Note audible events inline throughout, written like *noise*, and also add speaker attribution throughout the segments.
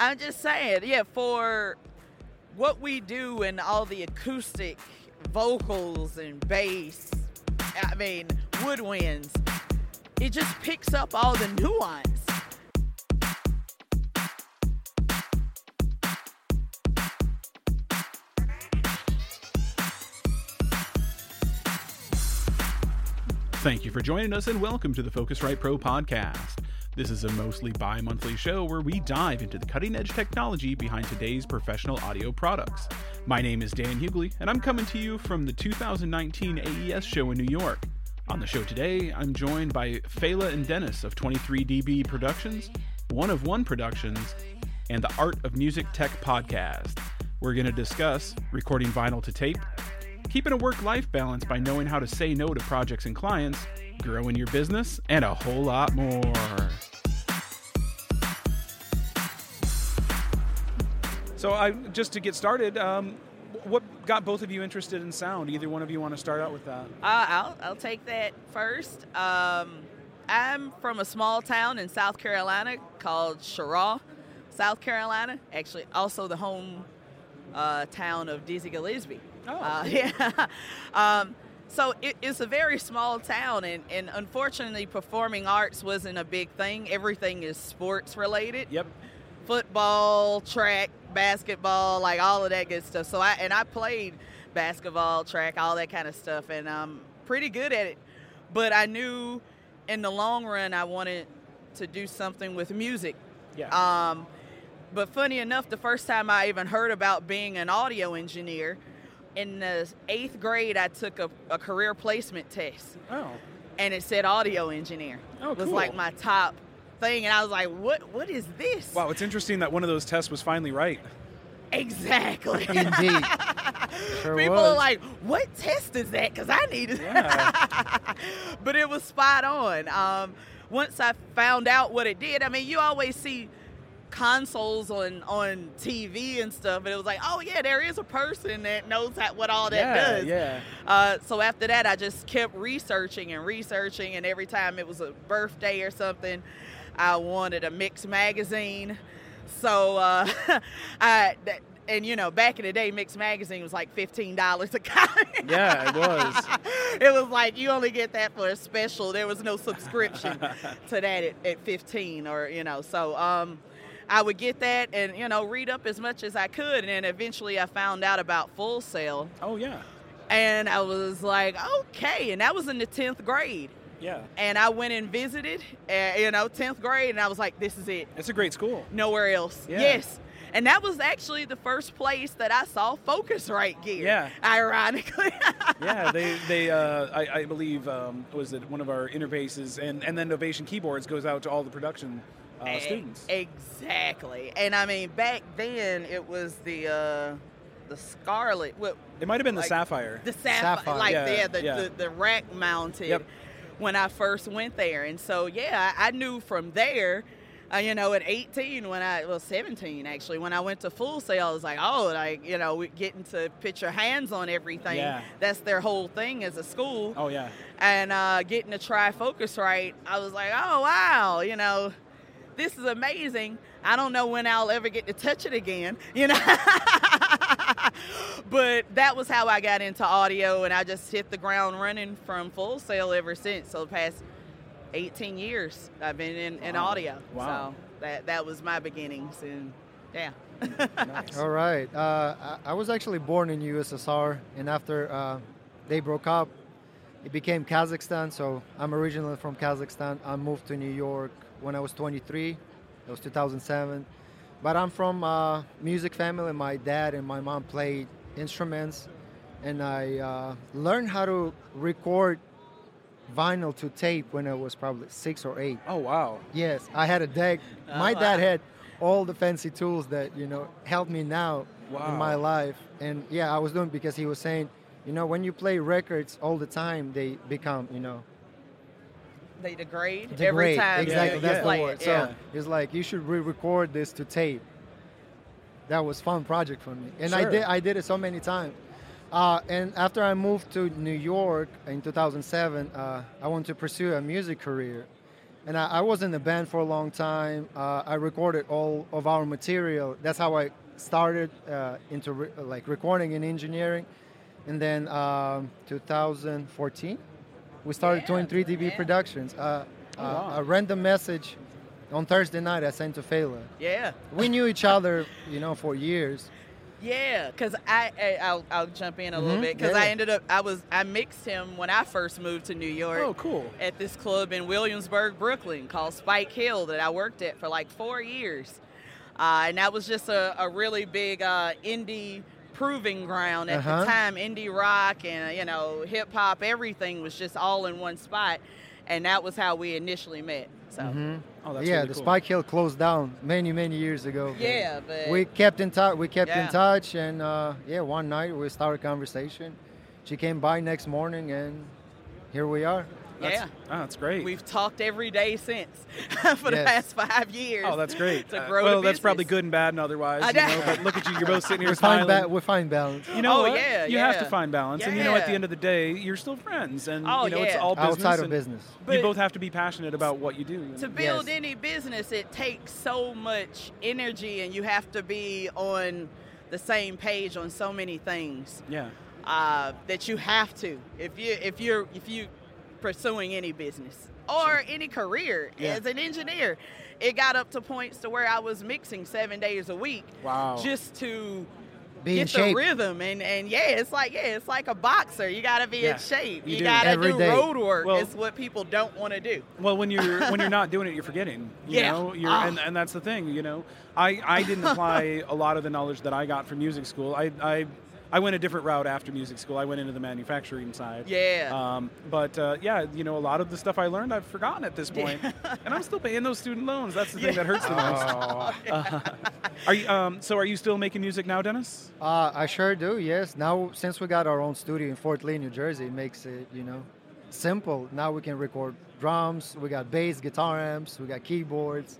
Speaker 1: I'm just saying, yeah, for what we do and all the acoustic vocals and bass, I mean, woodwinds, it just picks up all the nuance.
Speaker 2: Thank you for joining us and welcome to the Focusrite Pro podcast. This is a mostly bi monthly show where we dive into the cutting edge technology behind today's professional audio products. My name is Dan Hughley, and I'm coming to you from the 2019 AES E show in New York. On the show today, I'm joined by Fela and Dennis of 23DB Productions, One of One Productions, and the Art of Music Tech podcast. We're going to discuss recording vinyl to tape, keeping a work life balance by knowing how to say no to projects and clients, growing your business, and a whole lot more. So, I just to get started, um, what got both of you interested in sound? Either one of you want to start out with that?
Speaker 1: Uh, I'll, I'll take that first. Um, I'm from a small town in South Carolina called Charaw, South Carolina. Actually, also the home uh, town of Dizzy Gillespie.
Speaker 2: Oh.
Speaker 1: Uh, *laughs* yeah. um, so it, it's a very small town, and, and unfortunately, performing arts wasn't a big thing. Everything is sports related
Speaker 2: Yep.
Speaker 1: football, track, basketball, like all of that good stuff. So I and I played basketball, track, all that kind of stuff, and I'm pretty good at it. But I knew in the long run I wanted to do something with music.
Speaker 2: Yeah.
Speaker 1: Um, but funny enough, the first time I even heard about being an audio engineer, in the eighth grade, I took a, a career placement test
Speaker 2: oh.
Speaker 1: and it said audio engineer.
Speaker 2: Oh,
Speaker 1: was
Speaker 2: cool.
Speaker 1: like my top thing. And I was like, what, what is this?
Speaker 2: Wow, it's interesting that one of those tests was finally right.
Speaker 1: Exactly.
Speaker 3: *laughs* Indeed. Sure
Speaker 1: People
Speaker 3: was.
Speaker 1: are like, what test is that? Because I needed
Speaker 2: Yeah.
Speaker 1: *laughs* but it was spot on. Um, once I found out what it did, I mean, you always see consoles on, on TV and stuff, and it was like, oh, yeah, there is a person that knows how, what all that
Speaker 2: yeah,
Speaker 1: does.
Speaker 2: yeah.
Speaker 1: Uh, so after that, I just kept researching and researching, and every time it was a birthday or something, I wanted a mix magazine. So uh, *laughs* I. That, and you know, back in the day, Mix Magazine was like fifteen dollars a *laughs* copy.
Speaker 2: Yeah, it was.
Speaker 1: it was like you only get that for a special. There was no subscription to that at, at fifteen, or you know. So um, I would get that and you know read up as much as I could, and then eventually I found out about Full Sail,
Speaker 2: Oh, yeah.
Speaker 1: and I was like, okay. And that was in the 10th grade.
Speaker 2: Yeah.
Speaker 1: And I went and visited, uh, you know, 10th grade, and I was like, this is it.
Speaker 2: It's a great school.
Speaker 1: Nowhere else.
Speaker 2: Yeah.
Speaker 1: Yes. And that was actually the first place that I saw Focusrite gear.
Speaker 2: Yeah.
Speaker 1: Ironically.
Speaker 2: yeah, they they uh, I, I believe um, was it one of our interfaces and and then Novation Keyboards goes out to all the production uh,
Speaker 1: E-
Speaker 2: students.
Speaker 1: *laughs* Exactly. And I mean, back then it was the uh, the Scarlet, what,
Speaker 2: it might have been
Speaker 1: like-
Speaker 2: the Sapphire.
Speaker 1: the sapphire,
Speaker 3: Sapphire.
Speaker 1: like
Speaker 2: Yeah,
Speaker 1: yeah, the,
Speaker 2: yeah.
Speaker 1: The, the rack mounted
Speaker 2: Yep.
Speaker 1: when I first went there. And so, yeah, I, I knew from there, uh, you know, at 18, when I, well, 17 actually, when I went to full sale, I was like, oh, like, you know, we getting to put your hands on everything.
Speaker 2: Yeah.
Speaker 1: That's their whole thing as a school.
Speaker 2: oh yeah,
Speaker 1: And uh, getting to try Focus right, I was like, oh, wow, you know. This is amazing. I don't know when I'll ever get to touch it again, *laughs* you know. but that was how I got into audio, and I just hit the ground running from Full Sail ever since. So the past 18 years, I've been in, in
Speaker 2: Wow.
Speaker 1: audio.
Speaker 2: Wow.
Speaker 1: So that that was my beginnings, and yeah. *laughs*
Speaker 2: nice.
Speaker 3: All right. Uh, I, I was actually born in USSR, and after uh, they broke up, it became Kazakhstan. So I'm originally from Kazakhstan. I moved to New York when I was 23. That was 2007. But I'm from a music family. My dad and my mom played instruments, and I uh, learned how to record vinyl to tape when I was probably six or eight.
Speaker 2: Oh wow,
Speaker 3: Yes, I had a deck.
Speaker 1: Oh,
Speaker 3: my
Speaker 1: wow.
Speaker 3: dad had all the fancy tools that you know help me now
Speaker 2: Wow.
Speaker 3: in my life. And yeah, I was doing because he was saying, you know, when you play records all the time, they become you know
Speaker 1: They degrade, every
Speaker 3: degrade.
Speaker 1: time. you
Speaker 3: Exactly,
Speaker 2: Yeah,
Speaker 3: that's
Speaker 1: play
Speaker 3: the
Speaker 1: it,
Speaker 3: word. So
Speaker 1: yeah.
Speaker 3: he's like, you should re-record this to tape. That was fun project for me, and I
Speaker 2: Sure.
Speaker 3: did I did it so many times. Uh, and after I moved to New York in 2007, uh, I wanted to pursue a music career, and I, I was in the band for a long time. Uh, I recorded all of our material. That's how I started uh, into re- like recording and engineering. And then um, 2014, we started
Speaker 1: Yeah,
Speaker 3: doing 3DB
Speaker 1: yeah.
Speaker 3: Productions. Uh,
Speaker 2: Oh,
Speaker 3: uh,
Speaker 2: wow.
Speaker 3: A random message on Thursday night I sent to Fela.
Speaker 1: Yeah.
Speaker 3: We knew each other, you know, for years.
Speaker 1: Yeah, because I, I I'll, I'll jump in a little
Speaker 2: Mm-hmm.
Speaker 3: Mhm,
Speaker 1: bit because
Speaker 3: yeah,
Speaker 1: I
Speaker 3: yeah.
Speaker 1: ended up I was I mixed him when I first moved to New York
Speaker 2: Oh, cool.
Speaker 1: at this club in Williamsburg, Brooklyn called Spike Hill that I worked at for like four years, uh, and that was just a, a really big uh, indie proving ground at
Speaker 3: Uh-huh.
Speaker 1: the time. Indie rock and you know hip hop, everything was just all in one spot, and that was how we initially met. So
Speaker 3: Mhm.
Speaker 2: Oh, that's
Speaker 3: yeah,
Speaker 2: really
Speaker 3: the
Speaker 2: cool.
Speaker 3: Spike Hill closed down many, many years ago.
Speaker 1: yeah, but
Speaker 3: we kept in touch. We kept
Speaker 1: Yeah.
Speaker 3: in touch, and uh, yeah, one night we started conversation. She came by next morning, and here we are.
Speaker 2: That's,
Speaker 1: yeah.
Speaker 2: ah, that's great.
Speaker 1: We've talked every day since *laughs* for the
Speaker 3: Yes.
Speaker 1: past five years.
Speaker 2: oh,
Speaker 1: *laughs*
Speaker 2: that's great.
Speaker 1: to
Speaker 2: Uh,
Speaker 1: grow the
Speaker 2: well, that's probably
Speaker 1: business.
Speaker 2: good and bad and otherwise.
Speaker 1: I
Speaker 2: You
Speaker 1: know.
Speaker 2: know, but look at you. You're both
Speaker 3: *laughs*
Speaker 2: sitting here
Speaker 3: We
Speaker 2: smiling.
Speaker 3: find, ba- we find balance.
Speaker 2: you know
Speaker 1: Oh,
Speaker 2: what?
Speaker 1: yeah,
Speaker 2: you have to
Speaker 1: yeah.
Speaker 2: find balance, and you know, at the
Speaker 1: Yeah.
Speaker 2: end of the day, you're still friends, and
Speaker 1: Oh,
Speaker 2: you know, it's
Speaker 1: yeah.
Speaker 2: all business.
Speaker 3: Outside of
Speaker 2: and
Speaker 3: business.
Speaker 2: you
Speaker 1: But-
Speaker 2: both have to be passionate about what you do. you
Speaker 1: to
Speaker 2: know.
Speaker 1: build
Speaker 3: Yes.
Speaker 1: any business it takes so much energy and you have to be on the same page on so many things
Speaker 2: yeah,
Speaker 1: uh, that you have to if you if you're if you pursuing any business or any career
Speaker 3: Yeah.
Speaker 1: as an engineer it got up to points to where i was mixing seven days a week
Speaker 3: Wow.
Speaker 1: just to
Speaker 3: Be in
Speaker 1: get the
Speaker 3: shape.
Speaker 1: rhythm and and yeah it's like yeah it's like a boxer you gotta be
Speaker 2: Yeah,
Speaker 1: in shape
Speaker 2: you
Speaker 1: you,
Speaker 2: do.
Speaker 1: gotta
Speaker 3: Every
Speaker 1: do
Speaker 3: day.
Speaker 1: road work
Speaker 2: Well-
Speaker 1: it's what people don't want to do
Speaker 2: Well, when you're when
Speaker 1: *laughs*
Speaker 2: you're not doing it, you're forgetting. You
Speaker 1: Yeah.
Speaker 2: know, you're,
Speaker 1: Ah.
Speaker 2: and, and that's the thing. You know, I, I
Speaker 1: *laughs*
Speaker 2: didn't apply a lot of the knowledge that I got from music school. I, I I went a different route after music school. I went into the manufacturing side.
Speaker 1: yeah
Speaker 2: Um, but uh, yeah, you know, a lot of the stuff I learned, I've forgotten at this
Speaker 1: Yeah. *laughs*
Speaker 2: point, and I'm still paying those student loans. That's the thing
Speaker 1: Yeah.
Speaker 2: that hurts the most.
Speaker 1: *laughs*
Speaker 3: Oh.
Speaker 2: Are you? Um, so, are you still making music now, Dennis?
Speaker 3: Uh, I sure do. Yes. Now, since we got our own studio in Fort Lee, New Jersey, it makes it you know simple. Now we can record drums. We got bass, guitar amps. We got keyboards.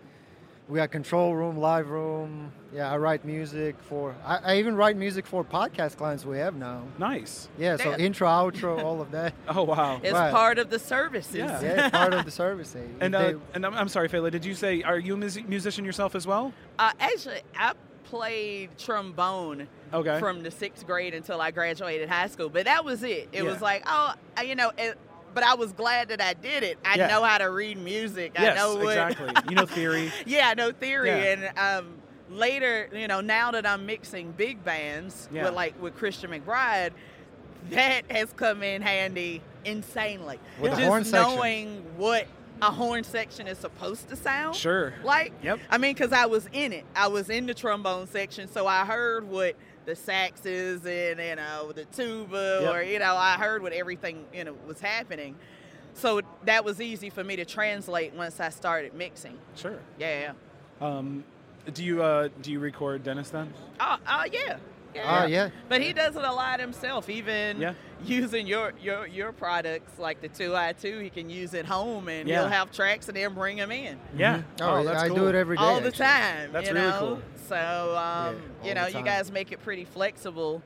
Speaker 3: We got control room, live room. Yeah, I write music for. I, I even write music for podcast clients we have now.
Speaker 2: Nice.
Speaker 3: Yeah. So
Speaker 1: Damn.
Speaker 3: intro, outro, all
Speaker 2: *laughs*
Speaker 3: of that.
Speaker 2: Oh wow.
Speaker 1: It's
Speaker 3: Right.
Speaker 1: part of the services. *laughs*
Speaker 2: Yeah.
Speaker 3: Yeah, it's part of the service. eh?
Speaker 2: and
Speaker 3: They-
Speaker 2: uh, and I'm, I'm sorry, Fela. Did you say are you a mus- musician yourself as well?
Speaker 1: Uh, actually, I played trombone
Speaker 2: Okay.
Speaker 1: from the sixth grade until I graduated high school, but that was it. It
Speaker 2: Yeah.
Speaker 1: was like, oh, I- you know, it, but I was glad that I did it. I
Speaker 2: Yeah.
Speaker 1: know how to read music. I
Speaker 2: yes,
Speaker 1: know what.
Speaker 2: exactly. You
Speaker 1: *laughs*
Speaker 2: know theory.
Speaker 1: Yeah, I know theory.
Speaker 2: Yeah.
Speaker 1: And um, later, you know, now that I'm mixing big bands
Speaker 2: Yeah.
Speaker 1: with like with Christian McBride, that has come in handy insanely.
Speaker 3: With the
Speaker 1: Just
Speaker 3: horn section.
Speaker 1: knowing what a horn section is supposed to sound.
Speaker 2: Sure.
Speaker 1: Like,
Speaker 2: Yep.
Speaker 1: I mean, because I was in it. I was in the trombone section, so I heard what the saxes and you know the tuba,
Speaker 2: Yep.
Speaker 1: or you know, I heard what everything you know was happening. So that was easy for me to translate once I started mixing.
Speaker 2: Sure.
Speaker 1: Yeah.
Speaker 2: Um, do you uh, do you record Dennis then?
Speaker 1: Oh, oh yeah.
Speaker 3: Ah, yeah.
Speaker 1: But he does it a lot himself, even
Speaker 2: Yeah.
Speaker 1: using your, your your products like the two I two. He can use at home, and
Speaker 2: Yeah.
Speaker 1: he'll have tracks and then bring them in.
Speaker 2: Yeah.
Speaker 3: Oh,
Speaker 2: that's
Speaker 3: I
Speaker 2: cool.
Speaker 3: do it every day.
Speaker 1: all the
Speaker 3: actually.
Speaker 1: time.
Speaker 2: That's
Speaker 1: you
Speaker 2: really
Speaker 1: know?
Speaker 2: cool.
Speaker 1: So um,
Speaker 3: all
Speaker 1: you know,
Speaker 3: the
Speaker 1: you
Speaker 3: time.
Speaker 1: guys make it pretty flexible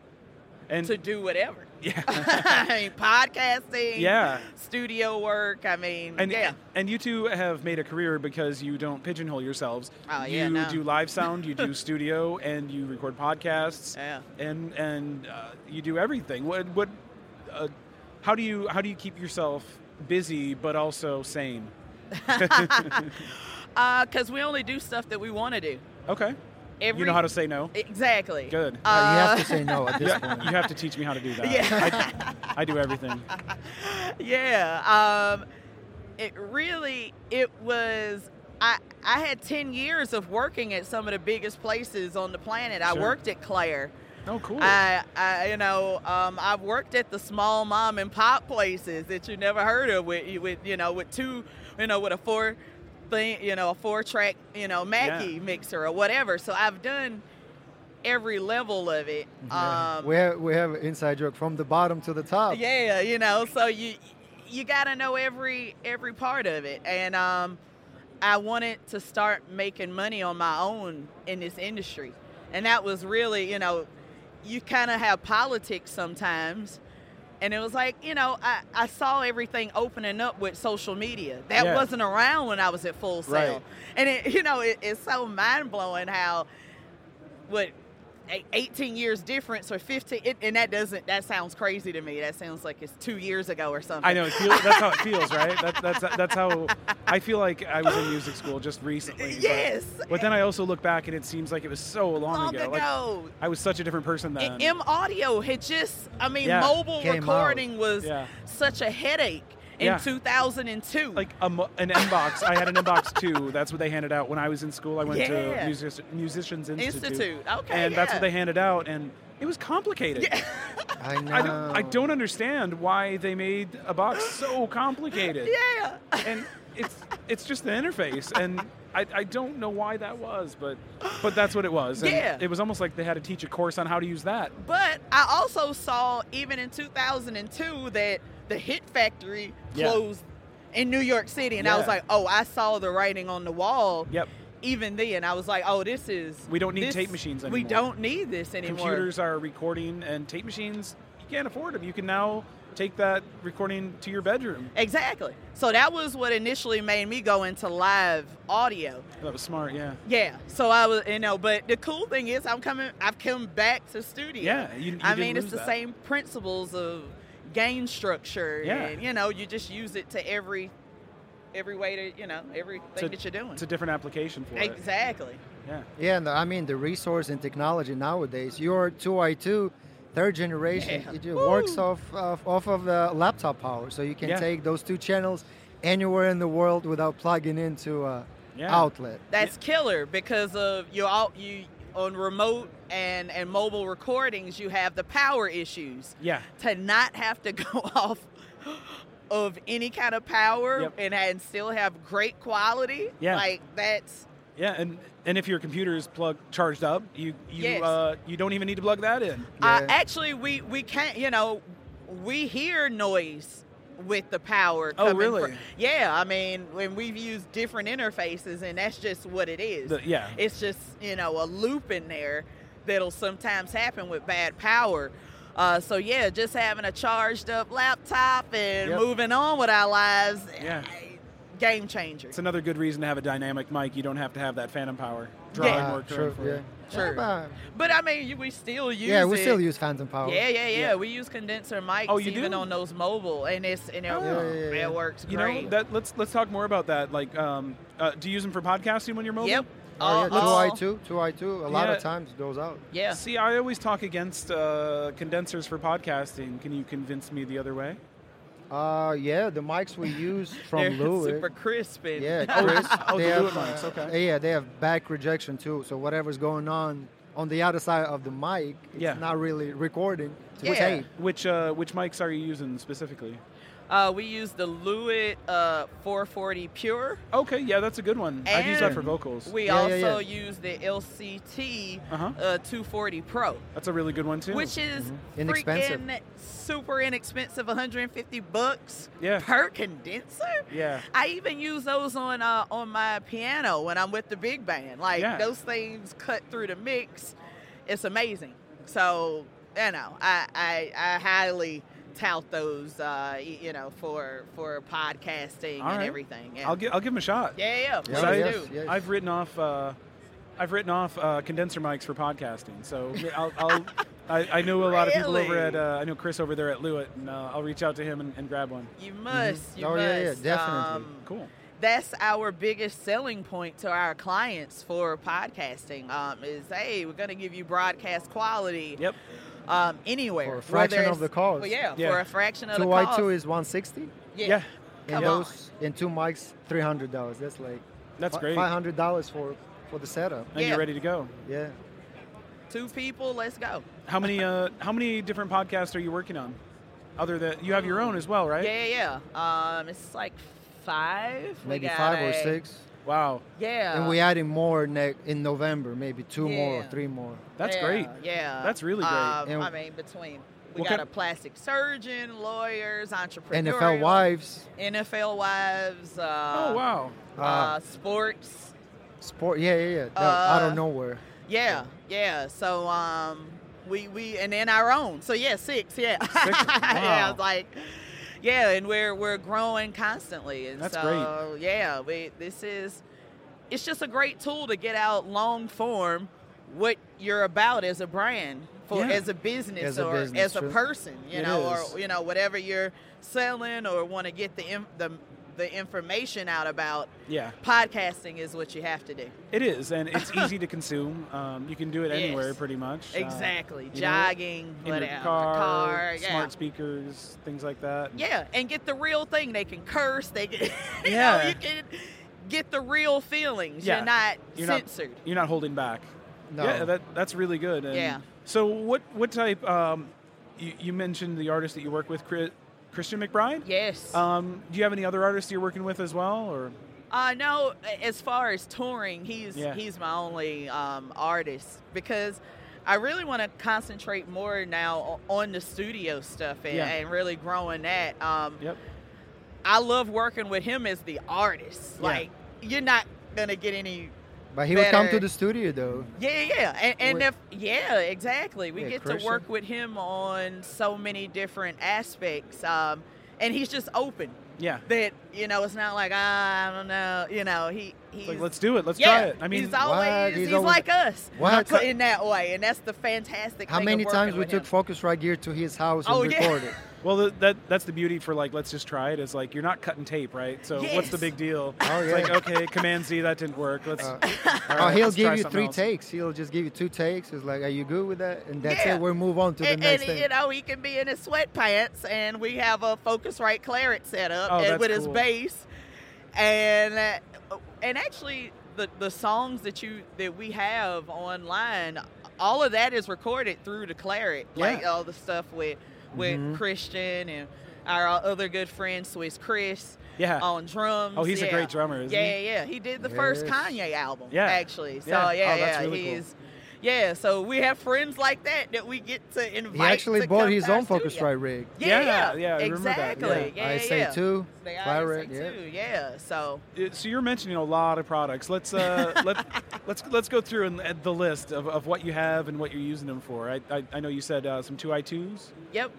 Speaker 2: And
Speaker 1: to do
Speaker 2: *laughs*
Speaker 1: whatever. *laughs*
Speaker 2: yeah.
Speaker 1: I mean, podcasting,
Speaker 2: Yeah.
Speaker 1: studio work. I mean,
Speaker 2: And,
Speaker 1: yeah,
Speaker 2: and you two have made a career because you don't pigeonhole yourselves.
Speaker 1: Oh,
Speaker 2: you
Speaker 1: yeah, no.
Speaker 2: do live sound, you
Speaker 1: *laughs*
Speaker 2: do studio, and you record podcasts,
Speaker 1: yeah.
Speaker 2: and and uh, you do everything. What what? Uh, how do you how do you keep yourself busy but also sane?
Speaker 1: Because Uh, we only do stuff that we want to do.
Speaker 2: Okay,
Speaker 1: Every
Speaker 2: you know how to
Speaker 1: *laughs*
Speaker 2: say no.
Speaker 1: exactly.
Speaker 2: Good.
Speaker 3: No, you have
Speaker 1: Uh, *laughs*
Speaker 3: to say no at this
Speaker 2: Yeah,
Speaker 3: point.
Speaker 2: you have to teach me how to do that.
Speaker 1: Yeah.
Speaker 2: I, I
Speaker 1: *laughs*
Speaker 2: do everything.
Speaker 1: yeah. Um, it really it was. I I had ten years of working at some of the biggest places on the planet. I
Speaker 2: Sure.
Speaker 1: worked at Claire.
Speaker 2: Oh, cool.
Speaker 1: I, I you know, um, I've worked at the small mom and pop places that you never heard of with, with you know, with two, you know, with a four thing, you know, a four track, you know, Mackie
Speaker 2: Yeah.
Speaker 1: mixer or whatever. So I've done every level of it.
Speaker 3: Yeah.
Speaker 1: Um,
Speaker 3: we have we have an inside joke from the bottom to the top.
Speaker 1: yeah, you know, so you you got to know every every part of it, and um, I wanted to start making money on my own in this industry, and that was really, you know, you kind of have politics sometimes, And it was like, you know, I, I saw everything opening up with social media. That
Speaker 2: Yeah.
Speaker 1: wasn't around when I was at Full Sail.
Speaker 3: Right.
Speaker 1: And, it, you know, it, it's so mind blowing how, what, a- 18 years difference or 15, it, and that doesn't, that sounds crazy to me. That sounds like it's two years ago or something.
Speaker 2: I know it feels, that's how it feels, right? That, that's that's how I feel like I was in music school just recently. but-
Speaker 1: Yes.
Speaker 2: But, then I also look back and it seems like it was so long,
Speaker 1: Long
Speaker 2: ago.
Speaker 1: ago.
Speaker 2: Like I was such a different person then.
Speaker 1: And M Audio had just, I mean,
Speaker 2: Yeah.
Speaker 1: mobile
Speaker 3: Came out.
Speaker 1: recording was
Speaker 2: Yeah.
Speaker 1: such a headache in
Speaker 2: Yeah.
Speaker 1: 2002.
Speaker 2: like a, mo- an inbox. I had an inbox too. That's what they handed out when I was in school. I went to
Speaker 1: Yeah.
Speaker 2: music- musicians institute,
Speaker 1: Institute. Okay.
Speaker 2: and that's what
Speaker 1: yeah.
Speaker 2: they handed out, and it was complicated.
Speaker 3: I know.
Speaker 2: I don't, I don't understand why they made a box so complicated.
Speaker 1: Yeah. *laughs*
Speaker 2: and it's it's just the interface and I, I don't know why that was but but that's what it was and
Speaker 1: Yeah.
Speaker 2: it was almost like they had to teach a course on how to use that
Speaker 1: But I also saw, even in 2002, that the Hit Factory
Speaker 2: Yeah.
Speaker 1: closed in New York City. And I was
Speaker 2: Yeah.
Speaker 1: like, oh, I saw the writing on the wall.
Speaker 2: yep
Speaker 1: Even then, I was like, oh, this is.
Speaker 2: We don't need
Speaker 1: this-
Speaker 2: tape machines
Speaker 1: We
Speaker 2: anymore.
Speaker 1: don't need this anymore.
Speaker 2: computers are recording and tape machines you can't afford them you can now take that recording to your bedroom
Speaker 1: Exactly. So that was what initially made me go into live audio.
Speaker 2: that was smart yeah
Speaker 1: Yeah. So I was, you know, but the cool thing is I'm coming, I've come back to studio.
Speaker 2: Yeah, you- you
Speaker 1: I
Speaker 2: didn't
Speaker 1: mean, it's
Speaker 2: lose
Speaker 1: the
Speaker 2: that.
Speaker 1: same principles of game structure.
Speaker 2: Yeah.
Speaker 1: And, you know, you just use it to every, every way to, you know, everything that you're doing.
Speaker 2: it's a different application for it
Speaker 1: exactly.
Speaker 2: yeah
Speaker 3: Yeah, and I mean the resource and technology nowadays. You're two I two, third generation.
Speaker 1: Yeah.
Speaker 3: It just
Speaker 1: Woo.
Speaker 3: works off of, off of the laptop power, so you can
Speaker 2: Yeah.
Speaker 3: take those two channels anywhere in the world without plugging into a
Speaker 2: Yeah.
Speaker 3: outlet.
Speaker 1: That's killer because of you all, you, on remote and, and mobile recordings, you have the power issues.
Speaker 2: yeah
Speaker 1: to not have to *laughs* go off of any kind of power
Speaker 2: Yep.
Speaker 1: and, and still have great quality.
Speaker 2: Yeah.
Speaker 1: Like that's
Speaker 2: yeah and and if your computer is plugged charged up you you
Speaker 1: Yes.
Speaker 2: uh, you don't even need to plug that in
Speaker 1: uh,
Speaker 3: Yeah.
Speaker 1: actually we we can't you know we hear noise with the power.
Speaker 2: Oh,
Speaker 1: coming
Speaker 2: really?
Speaker 1: fr- yeah, I mean when we've used different interfaces and that's just what it is.
Speaker 2: The- yeah
Speaker 1: it's just you know a loop in there that'll sometimes happen with bad power uh, so yeah just having a charged up laptop and
Speaker 3: Yep.
Speaker 1: moving on with our lives
Speaker 2: Yeah.
Speaker 1: eh, game changer
Speaker 2: It's another good reason to have a dynamic mic. You don't have to have that phantom power drawing
Speaker 1: Yeah. Ah,
Speaker 2: more
Speaker 3: Uh,
Speaker 2: current for
Speaker 3: yeah.
Speaker 2: you.
Speaker 1: True.
Speaker 3: Yeah,
Speaker 1: but i mean you- we still use
Speaker 3: but- yeah, we
Speaker 1: it.
Speaker 3: still use phantom power.
Speaker 1: yeah, yeah, yeah,
Speaker 2: Yeah.
Speaker 1: We use condenser mics
Speaker 2: Oh, you
Speaker 1: even
Speaker 2: do?
Speaker 1: on those mobile, and it's and it,
Speaker 2: Oh.
Speaker 1: works-
Speaker 3: Yeah, yeah, yeah.
Speaker 1: it works
Speaker 2: You
Speaker 1: great.
Speaker 2: know, that, let's let's talk more about that. Like, um, uh, do you use them for podcasting when you're mobile?
Speaker 1: yep.
Speaker 3: Oh, yeah,
Speaker 1: All- all-
Speaker 3: two I two, two I two. A lot
Speaker 2: Yeah.
Speaker 3: of times it goes out.
Speaker 1: Yeah.
Speaker 2: See, I always talk against uh, condensers for podcasting. Can you convince me the other way?
Speaker 3: Uh, yeah, the mics we use
Speaker 1: They're *laughs*
Speaker 2: *laughs*
Speaker 3: from Lou.
Speaker 1: super crisp and
Speaker 3: Yeah, Chris.
Speaker 2: oh,
Speaker 3: they
Speaker 2: the
Speaker 3: have,
Speaker 2: Lewitt mics, okay.
Speaker 3: Yeah, they have back rejection too. So whatever's going on on the other side of the mic, it's
Speaker 2: Yeah.
Speaker 3: not really recording to
Speaker 1: Yeah.
Speaker 3: tape.
Speaker 2: Which uh, which mics are you using specifically?
Speaker 1: *laughs* uh, we use the Lewitt uh, 440 Pure.
Speaker 2: Okay, yeah, that's a good one. I've used that for
Speaker 1: And
Speaker 2: vocals.
Speaker 1: We
Speaker 3: Yeah,
Speaker 1: also
Speaker 3: yeah,
Speaker 1: use the LCT
Speaker 2: Uh-huh.
Speaker 1: uh, 240 Pro,
Speaker 2: That's a really good one too.
Speaker 1: which is
Speaker 2: mm-hmm.
Speaker 3: Inexpensive.
Speaker 1: freaking super inexpensive, 150 bucks
Speaker 2: Yeah.
Speaker 1: per condenser.
Speaker 2: yeah,
Speaker 1: I even use those on uh, on my piano when I'm with the big band. Like
Speaker 2: Yeah.
Speaker 1: those things cut through the mix. It's amazing. So you know, I I, I highly tout those. Uh, y- you know, for for podcasting
Speaker 2: All
Speaker 1: and
Speaker 2: right.
Speaker 1: everything. Yeah.
Speaker 2: I'll give I'll give them a shot.
Speaker 1: yeah, yeah,
Speaker 3: Yeah,
Speaker 1: please
Speaker 3: yes,
Speaker 1: do.
Speaker 3: yes.
Speaker 2: I've written off uh, I've written off uh, condenser mics for podcasting.
Speaker 1: *laughs*
Speaker 2: So I'll, I'll I, I know a lot of people over
Speaker 1: Really?
Speaker 2: at uh, I know Chris over there at Lewitt, and uh, I'll reach out to him and, and grab one.
Speaker 1: You must. You
Speaker 3: Oh,
Speaker 1: must. um,
Speaker 3: yeah, yeah, definitely.
Speaker 2: Cool.
Speaker 1: that's our biggest selling point to our clients for podcasting. Um, is hey, we're gonna give you broadcast quality.
Speaker 2: Yep.
Speaker 1: Um, anywhere
Speaker 3: For a
Speaker 1: whether
Speaker 3: fraction of
Speaker 1: it's-
Speaker 3: the cost.
Speaker 1: Well, yeah,
Speaker 2: Yeah.
Speaker 1: for a fraction of
Speaker 3: Two
Speaker 1: the
Speaker 3: I
Speaker 1: cost.
Speaker 3: two is one sixty,
Speaker 2: Yeah.
Speaker 1: Come
Speaker 3: and those and two mics three hundred dollars. That's like
Speaker 2: That's great.
Speaker 3: Five hundred dollars for for the setup.
Speaker 2: And
Speaker 1: Yeah.
Speaker 2: you're ready to go.
Speaker 3: Yeah.
Speaker 1: Two people, let's go.
Speaker 2: How many uh, how many different podcasts are you working on? Other than you have your own as well, right?
Speaker 1: Yeah, yeah, yeah. Um, it's like five. We
Speaker 3: Maybe
Speaker 1: got
Speaker 3: five or
Speaker 1: a-
Speaker 3: six,
Speaker 2: Wow,
Speaker 1: Yeah.
Speaker 3: and we adding more ne- in November. Maybe two more or
Speaker 1: Yeah.
Speaker 3: three more.
Speaker 2: that's
Speaker 1: yeah, Uh,
Speaker 2: great.
Speaker 1: Yeah.
Speaker 2: That's really great.
Speaker 1: Um,
Speaker 3: And-
Speaker 1: I mean, between we
Speaker 2: What
Speaker 1: got
Speaker 2: kind-
Speaker 1: a plastic surgeon, lawyers, entrepreneurs,
Speaker 3: NFL wives,
Speaker 1: NFL wives. Uh,
Speaker 2: oh wow.
Speaker 3: uh,
Speaker 1: Uh, sports.
Speaker 3: sport. Yeah, yeah, yeah.
Speaker 1: uh,
Speaker 3: No, out of nowhere.
Speaker 1: Yeah, yeah. So um, we we and then our own. So yeah, six. Yeah, *laughs* yeah. I
Speaker 4: Wow.
Speaker 1: was like, yeah, and we're we're growing constantly, and
Speaker 4: That's
Speaker 1: so yeah, we this is it's just a great tool to get out long form what you're about as a brand for
Speaker 4: Yeah.
Speaker 1: as a business
Speaker 3: As a
Speaker 1: or
Speaker 3: business,
Speaker 1: as a
Speaker 3: true.
Speaker 1: person, you
Speaker 3: It
Speaker 1: know,
Speaker 3: is.
Speaker 1: or you know whatever you're selling or want to get the in, the the information out about.
Speaker 2: Yeah,
Speaker 1: Podcasting is what you have to do.
Speaker 2: it is,
Speaker 1: *laughs*
Speaker 2: and it's easy to consume. Um, you can do it anywhere,
Speaker 1: Yes.
Speaker 2: pretty much. Uh,
Speaker 1: Exactly.
Speaker 2: you know,
Speaker 1: Jogging,
Speaker 2: in your
Speaker 1: whatever.
Speaker 2: car,
Speaker 1: car, yeah.
Speaker 2: smart speakers, things like that.
Speaker 1: Yeah, and get the real thing. They can curse. They can, *laughs* you know,
Speaker 2: Yeah.
Speaker 1: you can get the real feelings.
Speaker 2: Yeah.
Speaker 1: You're not
Speaker 2: You're not-
Speaker 1: censored.
Speaker 2: You're not holding back.
Speaker 3: No.
Speaker 2: Yeah, that that's really good. And
Speaker 1: Yeah.
Speaker 2: So what what type? Um, you, you mentioned the artist that you work with, Chris, Christian McBride.
Speaker 1: yes.
Speaker 2: Um, do you have any other artists you're working with as well, or
Speaker 1: Uh, no, as far as touring, he's
Speaker 2: Yeah.
Speaker 1: he's my only um, artist because I really want to concentrate more now o- on the studio stuff and,
Speaker 2: Yeah.
Speaker 1: and really growing that. Um,
Speaker 2: Yep.
Speaker 1: I love working with him as the artist.
Speaker 2: Yeah.
Speaker 1: Like you're not gonna get any
Speaker 3: But he would come to
Speaker 1: better.
Speaker 3: the studio though.
Speaker 1: Yeah, yeah, and, and
Speaker 3: With-
Speaker 1: if yeah, exactly. We
Speaker 3: Yeah,
Speaker 1: get to
Speaker 3: Christian.
Speaker 1: work with him on so many different aspects, um, and he's just open.
Speaker 2: yeah?
Speaker 1: That you know, it's not like ah, I don't know. You know, he he's
Speaker 2: It's like let's do it. Let's
Speaker 1: yeah,
Speaker 2: try it. I mean,
Speaker 1: he's always
Speaker 3: What?
Speaker 1: he's,
Speaker 3: He's always-
Speaker 1: like us.
Speaker 3: What?
Speaker 1: Put in that way, and that's the fantastic.
Speaker 3: How
Speaker 1: thing
Speaker 3: many
Speaker 1: of working
Speaker 3: times we
Speaker 1: with
Speaker 3: took
Speaker 1: him.
Speaker 3: Focusrite gear to his house and
Speaker 1: Oh, yeah.
Speaker 3: recorded?
Speaker 1: *laughs*
Speaker 2: Well, th- that that's the beauty for like let's just try it. Is like you're not cutting tape, right? So what's the
Speaker 1: Yes.
Speaker 2: big deal?
Speaker 3: Oh,
Speaker 2: It's
Speaker 3: yeah.
Speaker 2: like okay, Command Z, that didn't work. Let's.
Speaker 3: Uh,
Speaker 2: *laughs* all
Speaker 3: oh,
Speaker 2: right,
Speaker 3: he'll
Speaker 2: let's try
Speaker 3: give you
Speaker 2: something
Speaker 3: three
Speaker 2: else.
Speaker 3: takes. He'll just give you two takes. It's like, are you good with that? And that's
Speaker 1: Yeah.
Speaker 3: it. We'll move on to the
Speaker 1: And,
Speaker 3: next
Speaker 1: and,
Speaker 3: thing.
Speaker 1: you know, he can be in his sweatpants, and we have a Focusrite Claret set up
Speaker 2: Oh,
Speaker 1: and-
Speaker 2: that's
Speaker 1: with his
Speaker 2: cool.
Speaker 1: bass, and uh, and actually the the songs that you that we have online, all of that is recorded through the Claret, like all the stuff with with
Speaker 3: Mhm.
Speaker 1: Christian and our other good friend Swiss Chris
Speaker 2: Yeah.
Speaker 3: Uh,
Speaker 1: on drums.
Speaker 2: oh, he's
Speaker 1: yeah.
Speaker 2: a great drummer, isn't
Speaker 1: Yeah,
Speaker 2: he?
Speaker 1: yeah, he did the first
Speaker 3: Yes.
Speaker 1: Kanye album.
Speaker 2: Yeah.
Speaker 1: actually. So
Speaker 2: Yeah.
Speaker 1: yeah,
Speaker 2: Oh,
Speaker 1: yeah,
Speaker 2: that's really cool.
Speaker 1: he's. Yeah, so we have friends like that that we get to invite.
Speaker 3: he actually
Speaker 1: to
Speaker 3: bought
Speaker 1: come
Speaker 3: his
Speaker 1: to our
Speaker 3: own
Speaker 1: studio.
Speaker 3: Focusrite rig.
Speaker 1: Yeah, yeah,
Speaker 2: Yeah, yeah, I remember that,
Speaker 1: exactly. Yeah,
Speaker 3: I
Speaker 1: yeah,
Speaker 3: say
Speaker 1: yeah.
Speaker 3: two.
Speaker 1: They always
Speaker 3: Claret,
Speaker 1: say
Speaker 3: yeah.
Speaker 1: two, yeah. So
Speaker 2: Uh, So you're mentioning a lot of products. Let's
Speaker 1: *laughs*
Speaker 2: uh, let's let's let's go through and, and the list of, of what you have and what you're using them for. I I, I know you said uh, some two i twos.
Speaker 1: yep,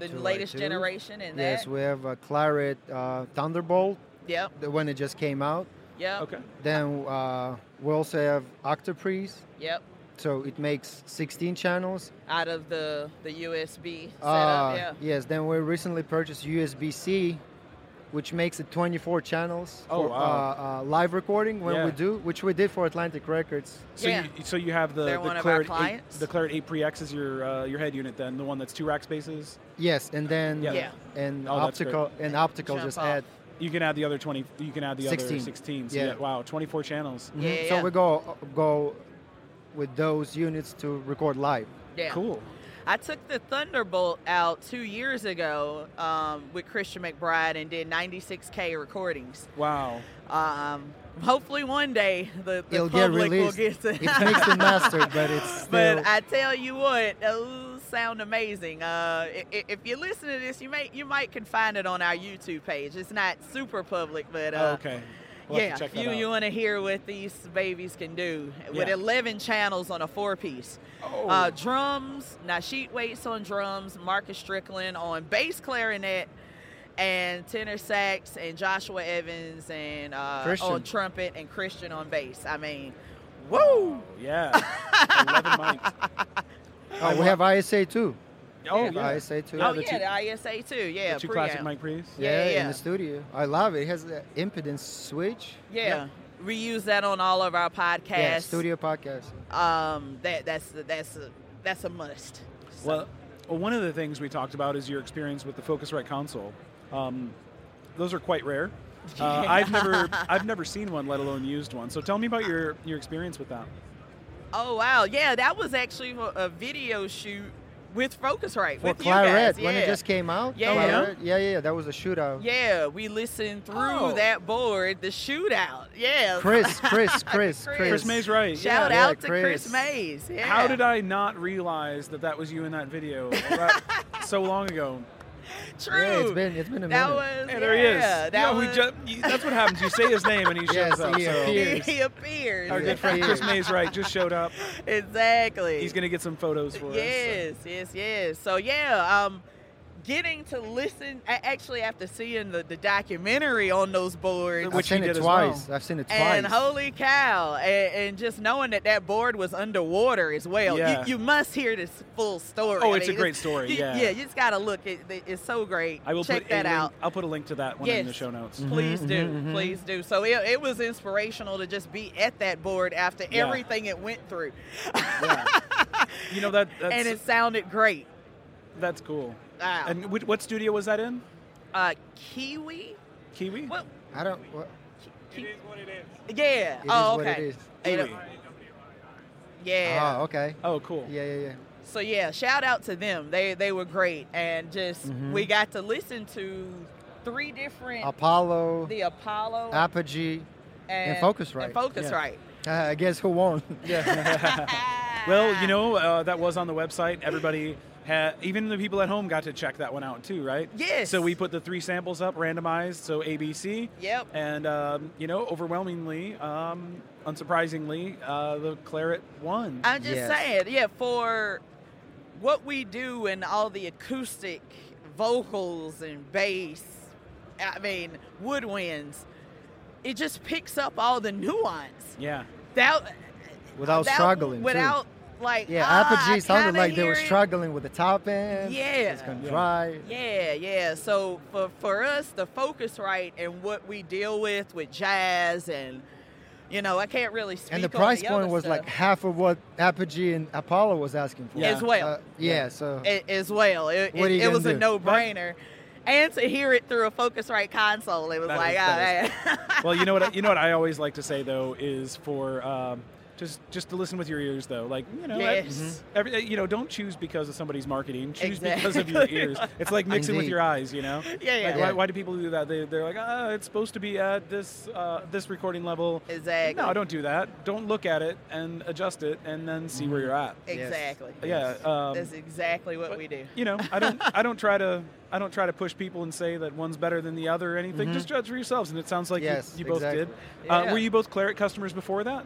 Speaker 1: the
Speaker 3: Two, like
Speaker 1: latest
Speaker 3: two.
Speaker 1: generation and
Speaker 3: Yes,
Speaker 1: that.
Speaker 3: we have a Claret uh, Thunderbolt,
Speaker 1: Yep,
Speaker 3: the one that just came out.
Speaker 1: yep,
Speaker 2: Okay.
Speaker 3: Then uh, we also have Octoprise.
Speaker 1: yep.
Speaker 3: So it makes 16 channels.
Speaker 1: Out of the the USB setup,
Speaker 2: Ah,
Speaker 3: Uh,
Speaker 1: yeah.
Speaker 3: Yes, then we recently purchased USB C, which makes it 24 channels
Speaker 2: Oh,
Speaker 3: for
Speaker 2: wow.
Speaker 3: uh, uh, live recording when
Speaker 2: Yeah.
Speaker 3: we do, which we did for Atlantic Records.
Speaker 2: So
Speaker 1: Yeah.
Speaker 2: you so you have the,
Speaker 1: They're one
Speaker 2: the
Speaker 1: of our
Speaker 2: Claret eight,
Speaker 1: clients.
Speaker 2: the Claret eight pre X is your uh, your head unit then the one that's two rack spaces.
Speaker 3: Yes, and then
Speaker 2: Yeah.
Speaker 1: Yeah.
Speaker 3: and
Speaker 2: Oh, that's great.
Speaker 3: optical and optical
Speaker 1: Jump
Speaker 3: just
Speaker 1: off.
Speaker 3: add.
Speaker 2: You can add the other twenty. You can add the other
Speaker 3: 16.
Speaker 2: sixteen. So
Speaker 3: Yeah.
Speaker 2: yeah. Wow, twenty four channels.
Speaker 1: Yeah,
Speaker 3: Mhm.
Speaker 1: yeah.
Speaker 3: So we go go with those units to
Speaker 1: *laughs*
Speaker 3: record live.
Speaker 1: yeah.
Speaker 2: Cool.
Speaker 1: I took the Thunderbolt out two years ago um, with Christian McBride and did 96k recordings.
Speaker 2: Wow.
Speaker 1: Um, hopefully, one day the, the
Speaker 3: It'll get
Speaker 1: public will
Speaker 3: released.
Speaker 1: get to.
Speaker 3: It's mixed and mastered, but it's
Speaker 2: *laughs*
Speaker 3: still.
Speaker 1: *laughs* But I tell you what, those sound amazing. Uh, i- i- if you listen to this, you may you might can find it on our YouTube page. It's not super public, but
Speaker 2: Oh,
Speaker 1: uh,
Speaker 2: okay. We'll
Speaker 1: yeah,
Speaker 2: have to check
Speaker 1: if you
Speaker 2: that
Speaker 1: you
Speaker 2: out.
Speaker 1: want to hear what these babies can do with
Speaker 2: Yeah.
Speaker 1: 11 channels on a four piece.
Speaker 2: Oh.
Speaker 1: Uh, drums, Nasheed Waits on drums, Marcus Strickland on bass clarinet, and tenor sax, and Joshua Evans and uh,
Speaker 3: Christian.
Speaker 1: on trumpet, and Christian on bass. I mean, woo!
Speaker 2: Oh,
Speaker 1: *laughs*
Speaker 2: yeah. Eleven mics.
Speaker 3: oh, we have ISA too.
Speaker 2: Oh
Speaker 3: We
Speaker 2: yeah.
Speaker 3: have ISA too.
Speaker 2: Yeah,
Speaker 1: oh
Speaker 2: the two-
Speaker 1: yeah, the ISA too. Yeah,
Speaker 2: the two
Speaker 1: preamp.
Speaker 2: classic mic pre's.
Speaker 1: yeah, yeah.
Speaker 3: in the studio. I love it. It has an impedance switch.
Speaker 1: Yeah.
Speaker 2: Yeah.
Speaker 1: we use that on all of our podcasts.
Speaker 3: Yeah, studio podcast.
Speaker 1: Um, that that's that's a, that's a must. So-
Speaker 2: Well, well, one of the things we talked about is your experience with the Focusrite console. Um, those are quite rare. Uh,
Speaker 1: *laughs*
Speaker 2: I've never, I've never seen one, let alone used one. So tell me about your your experience with that.
Speaker 1: Oh wow, yeah, that was actually a a video shoot with Focusrite
Speaker 3: For
Speaker 1: with
Speaker 3: Claret,
Speaker 1: you guys. Yeah.
Speaker 3: when it just came out. Oh,
Speaker 1: Yeah.
Speaker 3: Claret, yeah, yeah, yeah, that was a shootout.
Speaker 1: yeah, we listened through
Speaker 2: Oh.
Speaker 1: that board, the shootout. Yeah, *laughs*
Speaker 3: Chris, Chris, Chris,
Speaker 1: Chris.
Speaker 3: Chris.
Speaker 2: Chris May's right.
Speaker 1: Shout
Speaker 3: Yeah,
Speaker 1: out to Chris,
Speaker 3: Chris.
Speaker 1: Mays. Yeah. *laughs*
Speaker 2: How did I not realize that that was you in that video about so long ago?
Speaker 1: True.
Speaker 3: Yeah, it's been it's been a
Speaker 1: that
Speaker 3: minute.
Speaker 1: was
Speaker 2: Hey, there he is.
Speaker 1: yeah, That
Speaker 2: You know,
Speaker 1: was,
Speaker 2: we ju- you- that's what happens. You say his name and he shows
Speaker 3: Yes,
Speaker 2: up.
Speaker 3: he
Speaker 2: so.
Speaker 1: *laughs*
Speaker 3: appears.
Speaker 1: he *laughs* appears.
Speaker 2: Our good
Speaker 3: Yes,
Speaker 2: friend
Speaker 3: he
Speaker 2: Chris
Speaker 3: is.
Speaker 2: Mays, right, just showed up.
Speaker 1: Exactly.
Speaker 2: He's going to get some photos for us.
Speaker 1: yes, yes, yes. So yeah, um, getting to listen. a- Actually, after seeing the, the documentary on those boards,
Speaker 3: I've
Speaker 2: Which he
Speaker 3: seen it
Speaker 2: did as
Speaker 3: twice. I've seen it twice.
Speaker 1: and holy cow, and, and just knowing that that board was underwater as well.
Speaker 2: Yeah.
Speaker 1: You, you must hear this full story.
Speaker 2: Oh,
Speaker 1: I
Speaker 2: it's
Speaker 1: mean,
Speaker 2: a great story,
Speaker 1: you-
Speaker 2: yeah.
Speaker 1: yeah, you just gotta look. It, it- it's so great.
Speaker 2: I will
Speaker 1: check
Speaker 2: put Mm-hmm, a
Speaker 1: that out.
Speaker 2: link- I'll put a link to that one in the
Speaker 1: Yes.
Speaker 2: show notes.
Speaker 1: Please do,
Speaker 3: mhm, mhm.
Speaker 1: please do. So it, it was inspirational to just be at that board after
Speaker 2: Yeah.
Speaker 1: everything it went through,
Speaker 2: Yeah. you know that
Speaker 1: *laughs*
Speaker 2: that's
Speaker 1: and it sounded great.
Speaker 2: that's cool.
Speaker 1: Wow.
Speaker 2: And which, what studio was that in?
Speaker 1: uh, kiwi.
Speaker 2: Kiwi.
Speaker 1: What?
Speaker 3: I don't. What,
Speaker 1: Ki- yeah.
Speaker 3: it is
Speaker 1: oh,
Speaker 3: what
Speaker 1: okay.
Speaker 3: it is.
Speaker 1: It-
Speaker 2: Kiwi.
Speaker 1: yeah.
Speaker 3: Oh, okay.
Speaker 2: Oh, cool.
Speaker 3: Yeah, yeah, yeah.
Speaker 1: So yeah, shout out to them. They they were great, and just
Speaker 3: Mhm.
Speaker 1: we got to listen to three different
Speaker 3: Apollo,
Speaker 1: the Apollo
Speaker 3: Apogee. *laughs*
Speaker 1: and,
Speaker 3: Focusrite.
Speaker 1: And Focus right.
Speaker 3: Uh, I guess who won?
Speaker 1: *laughs*
Speaker 2: Well, you know uh, that was on the website. Everybody, had, even the people at home, got to check that one out too, right?
Speaker 1: Yes.
Speaker 2: So we put the three samples up, randomized, so ABC,
Speaker 1: Yep.
Speaker 2: and um, you know, overwhelmingly, um, unsurprisingly, uh, the claret won.
Speaker 1: I'm just
Speaker 3: Yes.
Speaker 1: saying, yeah, for what we do and all the acoustic vocals and bass, I mean, woodwinds, it just picks up all the nuance.
Speaker 2: yeah.
Speaker 1: That
Speaker 3: *laughs* Without
Speaker 1: that-
Speaker 3: struggling. too.
Speaker 1: Without like
Speaker 3: Yeah,
Speaker 1: ah, I
Speaker 3: Apogee sounded
Speaker 1: kinda
Speaker 3: like they
Speaker 1: hear
Speaker 3: were
Speaker 1: it.
Speaker 3: struggling with the top end. It's
Speaker 1: Yeah.
Speaker 3: gonna
Speaker 2: Yeah.
Speaker 3: dry.
Speaker 1: Yeah, yeah. So for for us, the focus right and what we deal with with jazz and you know, I can't really speak.
Speaker 3: And the
Speaker 1: on
Speaker 3: price
Speaker 1: other
Speaker 3: point was like
Speaker 1: stuff
Speaker 3: half of what Apogee and Apollo was asking for.
Speaker 2: Yeah.
Speaker 1: as well.
Speaker 3: Uh, yeah, so
Speaker 1: a- as well. It,
Speaker 3: What are
Speaker 1: it,
Speaker 3: you
Speaker 1: it
Speaker 3: gonna
Speaker 1: was a
Speaker 3: do?
Speaker 1: no brainer. And to hear it through a Focusrite console, it was
Speaker 2: That
Speaker 1: like,
Speaker 2: is-
Speaker 1: ah,
Speaker 2: that
Speaker 1: man.
Speaker 2: well, you know what? You know what I always like to say though is for um, just just to listen with your ears though. Like you know, ev-
Speaker 1: Yes.
Speaker 3: Mm-hmm.
Speaker 2: every, you know, don't choose because of somebody's marketing. Choose
Speaker 1: Exactly.
Speaker 2: because
Speaker 1: *laughs*
Speaker 2: of your ears. It's like mixing with
Speaker 3: Indeed.
Speaker 2: your eyes. You know.
Speaker 1: *laughs* yeah, yeah.
Speaker 2: Like, why,
Speaker 3: Yeah.
Speaker 2: why do people do that? They, they're like, ah, it's supposed to be at this uh, this recording level.
Speaker 1: Exactly.
Speaker 2: No, don't do that. Don't look at it and adjust it, and then see
Speaker 3: Mm-hmm.
Speaker 2: where you're at.
Speaker 3: Yes.
Speaker 1: Exactly.
Speaker 2: Yeah, um,
Speaker 1: That's exactly what
Speaker 2: but-
Speaker 1: we do.
Speaker 2: You know, I don't I don't try to I don't try to push people and say that one's better than the other or anything. Just judge for yourselves. And it sounds like you-
Speaker 3: Mm-hmm. Yes,
Speaker 2: you, both
Speaker 3: exactly.
Speaker 2: did. Uh,
Speaker 1: Yeah.
Speaker 2: were you both claret customers before that?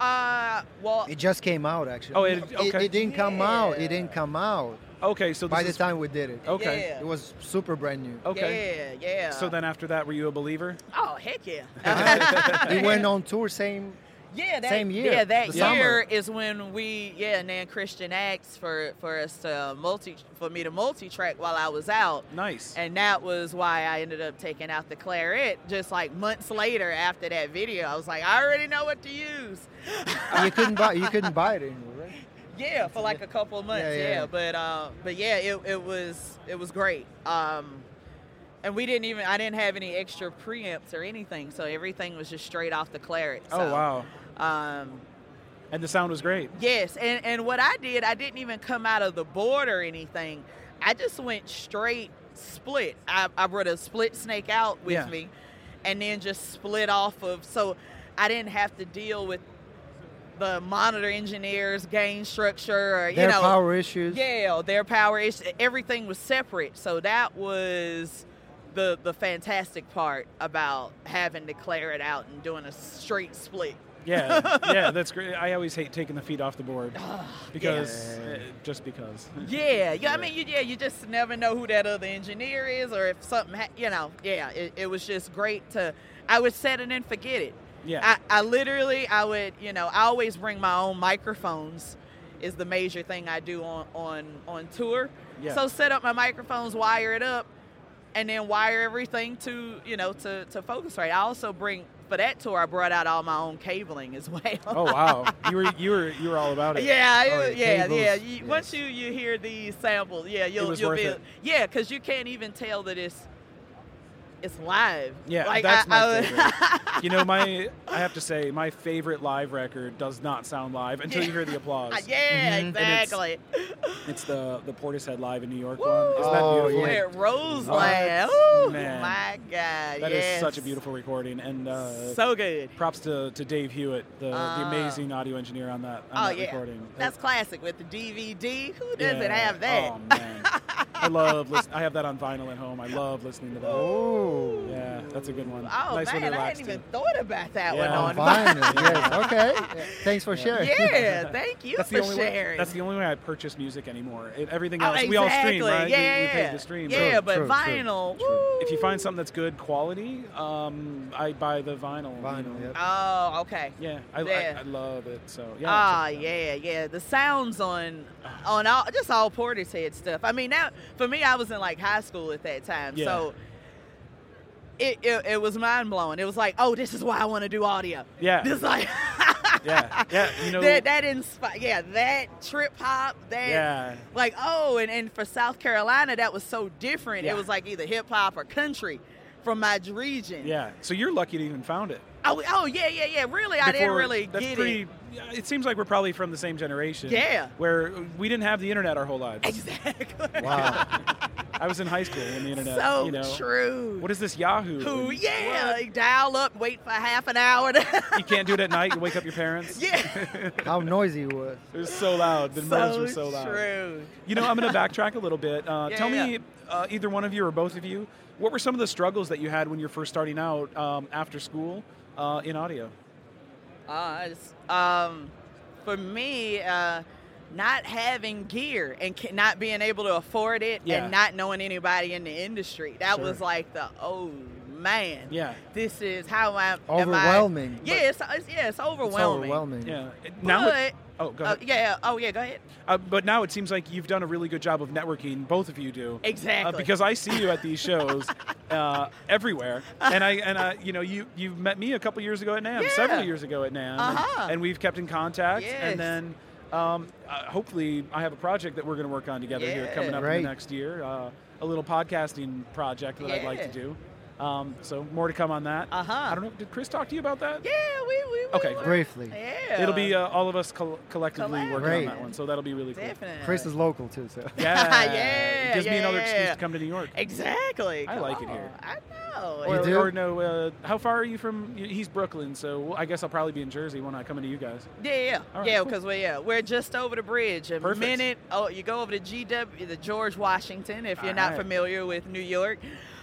Speaker 1: Uh, well,
Speaker 3: it just came out actually.
Speaker 2: Oh, it- okay.
Speaker 3: It, didn't come out. It didn't
Speaker 1: Yeah.
Speaker 3: come out
Speaker 2: Okay, so this
Speaker 3: by the
Speaker 2: is-
Speaker 3: time we did it.
Speaker 2: Okay.
Speaker 1: yeah.
Speaker 3: It was super brand new.
Speaker 2: Okay.
Speaker 1: Yeah, yeah.
Speaker 2: So then after that, were you a believer?
Speaker 1: oh, heck yeah.
Speaker 3: *laughs* we went on tour same.
Speaker 1: Yeah, that,
Speaker 3: Same year,
Speaker 1: Yeah, that
Speaker 3: the
Speaker 1: year is when we yeah, and then Christian acts for for us to multi for me to multi track while I was out,
Speaker 2: Nice.
Speaker 1: and that was why I ended up taking out the claret. Just like months later after that video, I was like, I already know what to use.
Speaker 3: You couldn't buy. You couldn't buy it anymore, right?
Speaker 1: Yeah, for like a couple of months.
Speaker 3: Yeah,
Speaker 1: Yeah,
Speaker 3: yeah.
Speaker 1: but uh, but yeah, it, it was it was great. Um, and we didn't even I didn't have any extra preamps or anything, so everything was just straight off the claret.
Speaker 2: oh
Speaker 1: So,
Speaker 2: wow.
Speaker 1: Um,
Speaker 2: And the sound was
Speaker 3: *laughs*
Speaker 2: great.
Speaker 1: Yes, and, and what I did, I didn't even come out of the board or anything. I just went straight split. I, I brought a split snake out with
Speaker 2: Yeah.
Speaker 1: me and then just split off of, so I didn't have to deal with the monitor engineers, gain structure, or,
Speaker 3: Their
Speaker 1: you know,
Speaker 3: power issues.
Speaker 1: yeah, or their power is everything was separate. So that was the the fantastic part about having to clear it out and doing a straight split.
Speaker 2: Yeah, yeah, that's great. I always hate taking the feet off the board because uh, just because.
Speaker 1: Yeah, yeah. I mean, you, yeah, you just never know who that other engineer is, or if something, ha- you know, yeah. It, it was just great to. I would set it and forget it.
Speaker 2: Yeah.
Speaker 1: I, I literally, I would, you know, I always bring my own microphones. Is the major thing I do on on on tour.
Speaker 2: Yeah.
Speaker 1: So set up my microphones, wire it up, and then wire everything to you know to to focus right. I also bring for that tour. I brought out all my own cabling as *laughs* well.
Speaker 2: oh wow, you were you were you were all about
Speaker 1: *laughs*
Speaker 2: it.
Speaker 1: Yeah,
Speaker 3: Oh,
Speaker 1: it- yeah,
Speaker 3: cables,
Speaker 1: yeah. You, Once
Speaker 3: yes.
Speaker 1: you you hear these samples, yeah, you'll
Speaker 2: was
Speaker 1: you'll
Speaker 2: worth
Speaker 1: be
Speaker 2: it.
Speaker 1: yeah, because you can't even tell that it's it's live.
Speaker 2: Yeah,
Speaker 1: like
Speaker 2: that's
Speaker 1: I,
Speaker 2: my
Speaker 1: I, *laughs* would-
Speaker 2: favorite. you
Speaker 1: *laughs*
Speaker 2: know, my I have to say, my favorite live record does not sound live until you
Speaker 1: *laughs*
Speaker 2: hear the applause.
Speaker 1: Uh, yeah,
Speaker 2: Mm-hmm. it's-
Speaker 1: exactly.
Speaker 2: It's the the Portishead live in New York
Speaker 1: Woo!
Speaker 2: one. Isn't that
Speaker 3: Oh,
Speaker 2: beautiful?
Speaker 3: yeah.
Speaker 1: At Roseland,
Speaker 2: What?
Speaker 1: ooh,
Speaker 2: Man.
Speaker 1: oh my God,
Speaker 2: That is
Speaker 1: yes.
Speaker 2: such a beautiful recording, and uh,
Speaker 1: so good.
Speaker 2: props to, to Dave Hewitt, the, the
Speaker 1: Ah.
Speaker 2: amazing audio engineer on that,
Speaker 1: Oh
Speaker 2: on that
Speaker 1: yeah,
Speaker 2: recording.
Speaker 1: that's classic with the DVD. Who doesn't
Speaker 2: Yeah.
Speaker 1: have that?
Speaker 2: Oh man, I love. Listen, I have that on vinyl at home. I love listening to that.
Speaker 3: Oh.
Speaker 2: Yeah, that's a good one.
Speaker 1: Oh
Speaker 2: nice
Speaker 1: man,
Speaker 2: one to
Speaker 1: I
Speaker 2: relax
Speaker 1: hadn't even
Speaker 2: to.
Speaker 1: thought about that
Speaker 2: Yeah.
Speaker 1: one on
Speaker 3: Fine. yes. Okay. Yeah, Thanks for sharing.
Speaker 1: *laughs* Yeah,
Speaker 2: *laughs*
Speaker 1: thank you
Speaker 2: That's
Speaker 1: for
Speaker 2: the only way.
Speaker 1: sharing.
Speaker 2: That's the only way I purchase music anymore. If everything
Speaker 1: Oh,
Speaker 2: else, we all
Speaker 1: exactly.
Speaker 2: stream,
Speaker 1: Yeah,
Speaker 2: right? we, we
Speaker 1: yeah,
Speaker 2: pay
Speaker 1: yeah.
Speaker 2: to stream.
Speaker 1: Yeah,
Speaker 2: So
Speaker 1: but
Speaker 3: true, true,
Speaker 1: vinyl. woo.
Speaker 2: if you find something that's good quality, um, I buy the vinyl. you
Speaker 3: Vinyl,
Speaker 2: know.
Speaker 3: yep.
Speaker 1: Oh, okay.
Speaker 2: Yeah, I,
Speaker 1: Yeah.
Speaker 2: I, I love it. So yeah.
Speaker 1: Ah,
Speaker 2: check it out.
Speaker 1: yeah, yeah. The sounds on on all just all Portishead stuff. I mean, now for me, I was in like high school at that time,
Speaker 2: Yeah.
Speaker 1: so it, it it was mind blowing. It was like, oh, this is why I want to do audio.
Speaker 2: Yeah.
Speaker 1: this like
Speaker 2: yeah, yeah.
Speaker 1: *laughs*
Speaker 2: You know.
Speaker 1: that that inspired. Yeah, that trip hop. That
Speaker 2: yeah,
Speaker 1: like oh and, and for south carolina that was so different
Speaker 2: Yeah.
Speaker 1: it was like either hip-hop or country from my region
Speaker 2: yeah. So you're lucky to even found it.
Speaker 1: oh, oh yeah yeah yeah really i didn't
Speaker 2: Before-
Speaker 1: really
Speaker 2: that's
Speaker 1: get
Speaker 2: pretty,
Speaker 1: it *laughs*
Speaker 2: yeah, It seems like we're probably from the same generation.
Speaker 1: Yeah.
Speaker 2: Where we didn't have the internet our whole lives. *laughs*
Speaker 1: exactly
Speaker 3: Wow.
Speaker 2: I was in high school when the internet.
Speaker 1: *laughs* so
Speaker 2: uh, you know,
Speaker 1: true
Speaker 2: What is this Yahoo?
Speaker 1: who
Speaker 2: And
Speaker 1: yeah like, dial up wait for half an hour to,
Speaker 2: *laughs*
Speaker 1: *laughs*
Speaker 2: You can't do it at night. You wake up your parents.
Speaker 1: yeah
Speaker 3: How noisy it was.
Speaker 2: It was so loud. *laughs* The murders
Speaker 1: so,
Speaker 2: were so loud.
Speaker 1: true
Speaker 2: You know, I'm going to backtrack a little bit. Uh,
Speaker 1: Yeah,
Speaker 2: tell
Speaker 1: yeah,
Speaker 2: me, Uh, either one of you or both of you, what were some of the struggles that you had when you're first starting out um, after school uh, in audio?
Speaker 1: Uh, it's, um, for me, uh, not having gear and ca- not being able to afford it
Speaker 2: Yeah.
Speaker 1: and not knowing anybody in the industry. That
Speaker 2: Sure.
Speaker 1: was like the, oh man.
Speaker 2: Yeah.
Speaker 1: This is how I'm.
Speaker 3: Overwhelming.
Speaker 1: yeah, it's, uh, it's, yeah, it's
Speaker 3: It's
Speaker 1: overwhelming.
Speaker 3: overwhelming.
Speaker 2: Yeah. It- it-
Speaker 1: But,
Speaker 2: oh, go
Speaker 1: uh,
Speaker 2: ahead.
Speaker 1: yeah, yeah, oh yeah, go ahead.
Speaker 2: Uh, but now it seems like you've done a really good job of networking. Both of you do.
Speaker 1: Exactly.
Speaker 2: Uh, because I see you at
Speaker 1: *laughs*
Speaker 2: these shows uh, everywhere, and I and I, you know you you have met me a couple years ago at Nam,
Speaker 1: Yeah.
Speaker 2: several years ago at Nam, and-
Speaker 1: Uh-huh.
Speaker 2: and, we've kept in contact.
Speaker 1: Yes.
Speaker 2: And then um, uh, hopefully I have a project that we're going to work on together here
Speaker 1: Yeah.
Speaker 2: coming up in
Speaker 3: Right.
Speaker 2: the next year, uh, a little podcasting project that I'd like to
Speaker 1: Yeah.
Speaker 2: do. Um, so more to come on that.
Speaker 1: Uh-huh.
Speaker 2: I don't know. Did Chris talk to you about that?
Speaker 1: yeah, we, we, we
Speaker 2: Okay,
Speaker 1: were-
Speaker 3: Briefly.
Speaker 1: Yeah.
Speaker 2: It'll be uh, all of us col- collectively working on
Speaker 3: Great.
Speaker 2: that one, so that'll be really cool.
Speaker 1: Definitely. *laughs*
Speaker 3: Chris is local too, so.
Speaker 2: Yeah,
Speaker 1: Yeah,
Speaker 2: It gives me
Speaker 1: yeah,
Speaker 2: another excuse
Speaker 1: yeah.
Speaker 2: to come to New York.
Speaker 1: Exactly.
Speaker 2: I
Speaker 1: Come
Speaker 2: like it
Speaker 1: on.
Speaker 2: here.
Speaker 1: I know.
Speaker 2: Or,
Speaker 3: You do?
Speaker 2: or no, uh, how far are you from? He's Brooklyn, so I guess I'll probably be in Jersey when I come into you guys.
Speaker 1: Yeah, yeah,
Speaker 2: All right,
Speaker 1: yeah.
Speaker 2: cool.
Speaker 1: Because we're yeah, we're just over the bridge. A
Speaker 2: Perfect.
Speaker 1: minute. Oh, you go over to GW, the George Washington. If you're
Speaker 2: All
Speaker 1: not
Speaker 2: right.
Speaker 1: familiar with New York,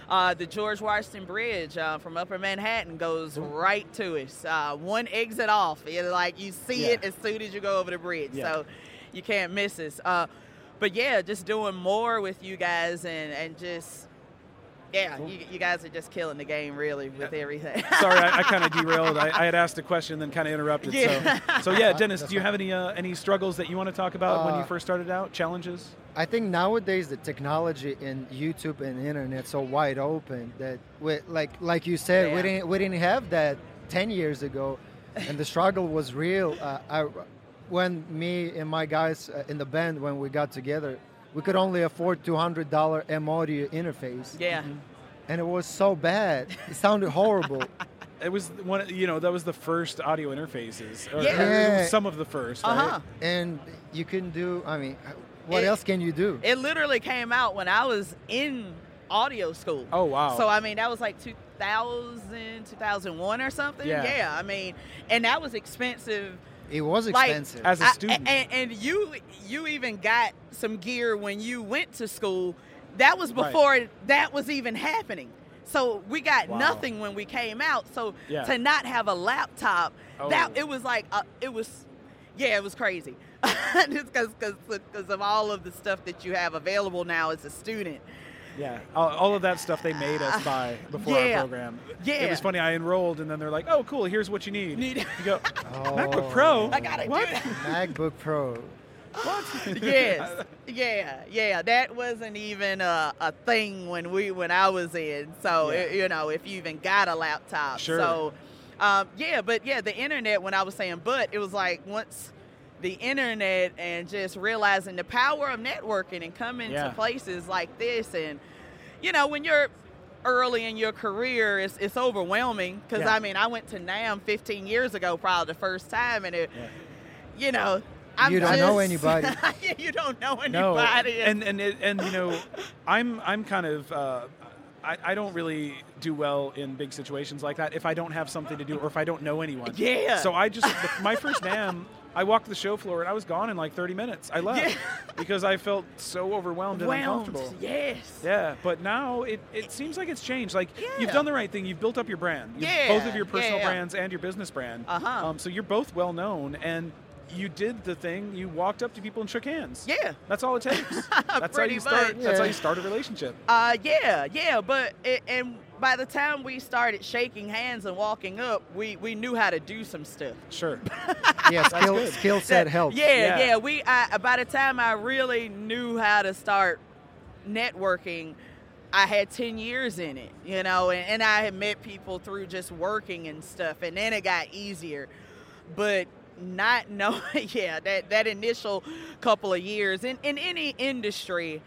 Speaker 1: uh, the George Washington Bridge uh, from Upper Manhattan goes right to us. Uh, one exit off. It's like you see
Speaker 2: Yeah.
Speaker 1: it as soon as you go over the bridge.
Speaker 2: Yeah.
Speaker 1: So you can't miss us. Uh, but yeah, just doing more with you guys and and just. Yeah, you, you guys are just killing the game, really, with everything. *laughs*
Speaker 2: Sorry, I, I kind of derailed. I, I had asked a question, then kind of interrupted.
Speaker 1: Yeah.
Speaker 2: So, so yeah, Dennis, do you have any uh, any struggles that you want to talk about when you
Speaker 3: Uh,
Speaker 2: first started out? Challenges?
Speaker 3: I think nowadays the technology and YouTube and internet so wide open that we, like like you said
Speaker 1: Yeah.
Speaker 3: we didn't we didn't have that 10 years ago and the struggle was real uh, I, when me and my guys uh, in the band when we got together we could only afford $200 M audio interface
Speaker 1: yeah.
Speaker 3: and it was so bad it sounded horrible *laughs*
Speaker 2: It was one, you know, that was the first audio interfaces. Or,
Speaker 1: Yeah.
Speaker 2: or it was
Speaker 3: Yeah.
Speaker 2: some of the first.
Speaker 1: Uh
Speaker 2: Right?
Speaker 1: huh.
Speaker 3: and you couldn't do I mean what
Speaker 1: It-
Speaker 3: else can you do
Speaker 1: It literally came out when I was in audio school.
Speaker 2: Oh wow.
Speaker 1: So I mean, that was like 2000, 2001 or something.
Speaker 2: Yeah.
Speaker 1: I mean, and that was expensive.
Speaker 3: it was
Speaker 1: like-
Speaker 3: expensive
Speaker 2: As a
Speaker 1: I-
Speaker 2: student.
Speaker 1: and, and you you even got some gear when you went to school. That was
Speaker 2: Right.
Speaker 1: before that was even happening. So we got
Speaker 2: Wow.
Speaker 1: nothing when we came out. So
Speaker 2: Yeah.
Speaker 1: to not have a laptop,
Speaker 2: Oh.
Speaker 1: that it was like uh it was, yeah, it was crazy. *laughs* Just because of all of the stuff that you have available now as a student.
Speaker 2: Yeah, all, all of that stuff they made us buy before
Speaker 1: Uh, Yeah.
Speaker 2: our program. it
Speaker 1: Yeah.
Speaker 2: was funny. I enrolled, and then they're like, "Oh, cool. Here's what you need."
Speaker 1: Need-
Speaker 2: You
Speaker 1: *laughs*
Speaker 2: go,
Speaker 3: Oh.
Speaker 2: MacBook Pro.
Speaker 1: I gotta
Speaker 2: what?
Speaker 1: do that.
Speaker 3: MacBook Pro
Speaker 2: *laughs*
Speaker 1: yes yeah yeah that wasn't even a, a thing when we when i was in so
Speaker 2: Yeah.
Speaker 1: i- you know if you even got a laptop
Speaker 2: Sure.
Speaker 1: so um, yeah but yeah the internet when i was saying but it was like once the internet and just realizing the power of networking and coming
Speaker 2: Yeah.
Speaker 1: to places like this and you know when you're early in your career it's, it's overwhelming because
Speaker 2: Yeah.
Speaker 1: i mean i went to nam 15 years ago probably the first time and it
Speaker 2: Yeah.
Speaker 1: you know, I'm
Speaker 3: You don't know
Speaker 1: just- *laughs*
Speaker 3: anybody.
Speaker 1: Yeah, you don't know
Speaker 2: no,
Speaker 1: anybody.
Speaker 2: and and it, and you know, I'm I'm kind of. Uh, I, I don't really do well in big situations like that if I don't have something to do or if I don't know anyone.
Speaker 1: Yeah.
Speaker 2: So I just my first NAM I walked the show floor and I was gone in like 30 minutes. I left
Speaker 1: Yeah.
Speaker 2: because I felt so overwhelmed and uncomfortable.
Speaker 1: Whelmed, yes.
Speaker 2: Yeah, but now it, it seems like it's changed. Like you've
Speaker 1: Yeah.
Speaker 2: done the right thing. You've built up your brand. You've-
Speaker 1: Yeah,
Speaker 2: Both of your personal
Speaker 1: yeah, yeah.
Speaker 2: brands and your business brand.
Speaker 1: Uh-huh.
Speaker 2: Um, so you're both well known, and you did the thing. You walked up to people and shook hands.
Speaker 1: Yeah.
Speaker 2: That's all it
Speaker 1: *laughs*
Speaker 2: takes. that's how
Speaker 1: Pretty
Speaker 2: you start.
Speaker 1: much.
Speaker 2: That's how
Speaker 3: Yeah.
Speaker 2: you start a relationship.
Speaker 1: Uh, yeah, yeah, but it, and by the time we started shaking hands and walking up, we we knew how to do some stuff.
Speaker 2: Sure.
Speaker 3: yeah, skill,
Speaker 2: good.
Speaker 3: skill set helps.
Speaker 1: Yeah,
Speaker 2: Yeah.
Speaker 1: yeah. We I, by the time I really knew how to start networking, I had ten years in it, you know, and, and I had met people through just working and stuff, and then it got easier. But not *laughs* knowing, yeah, that that initial couple of years in in any industry,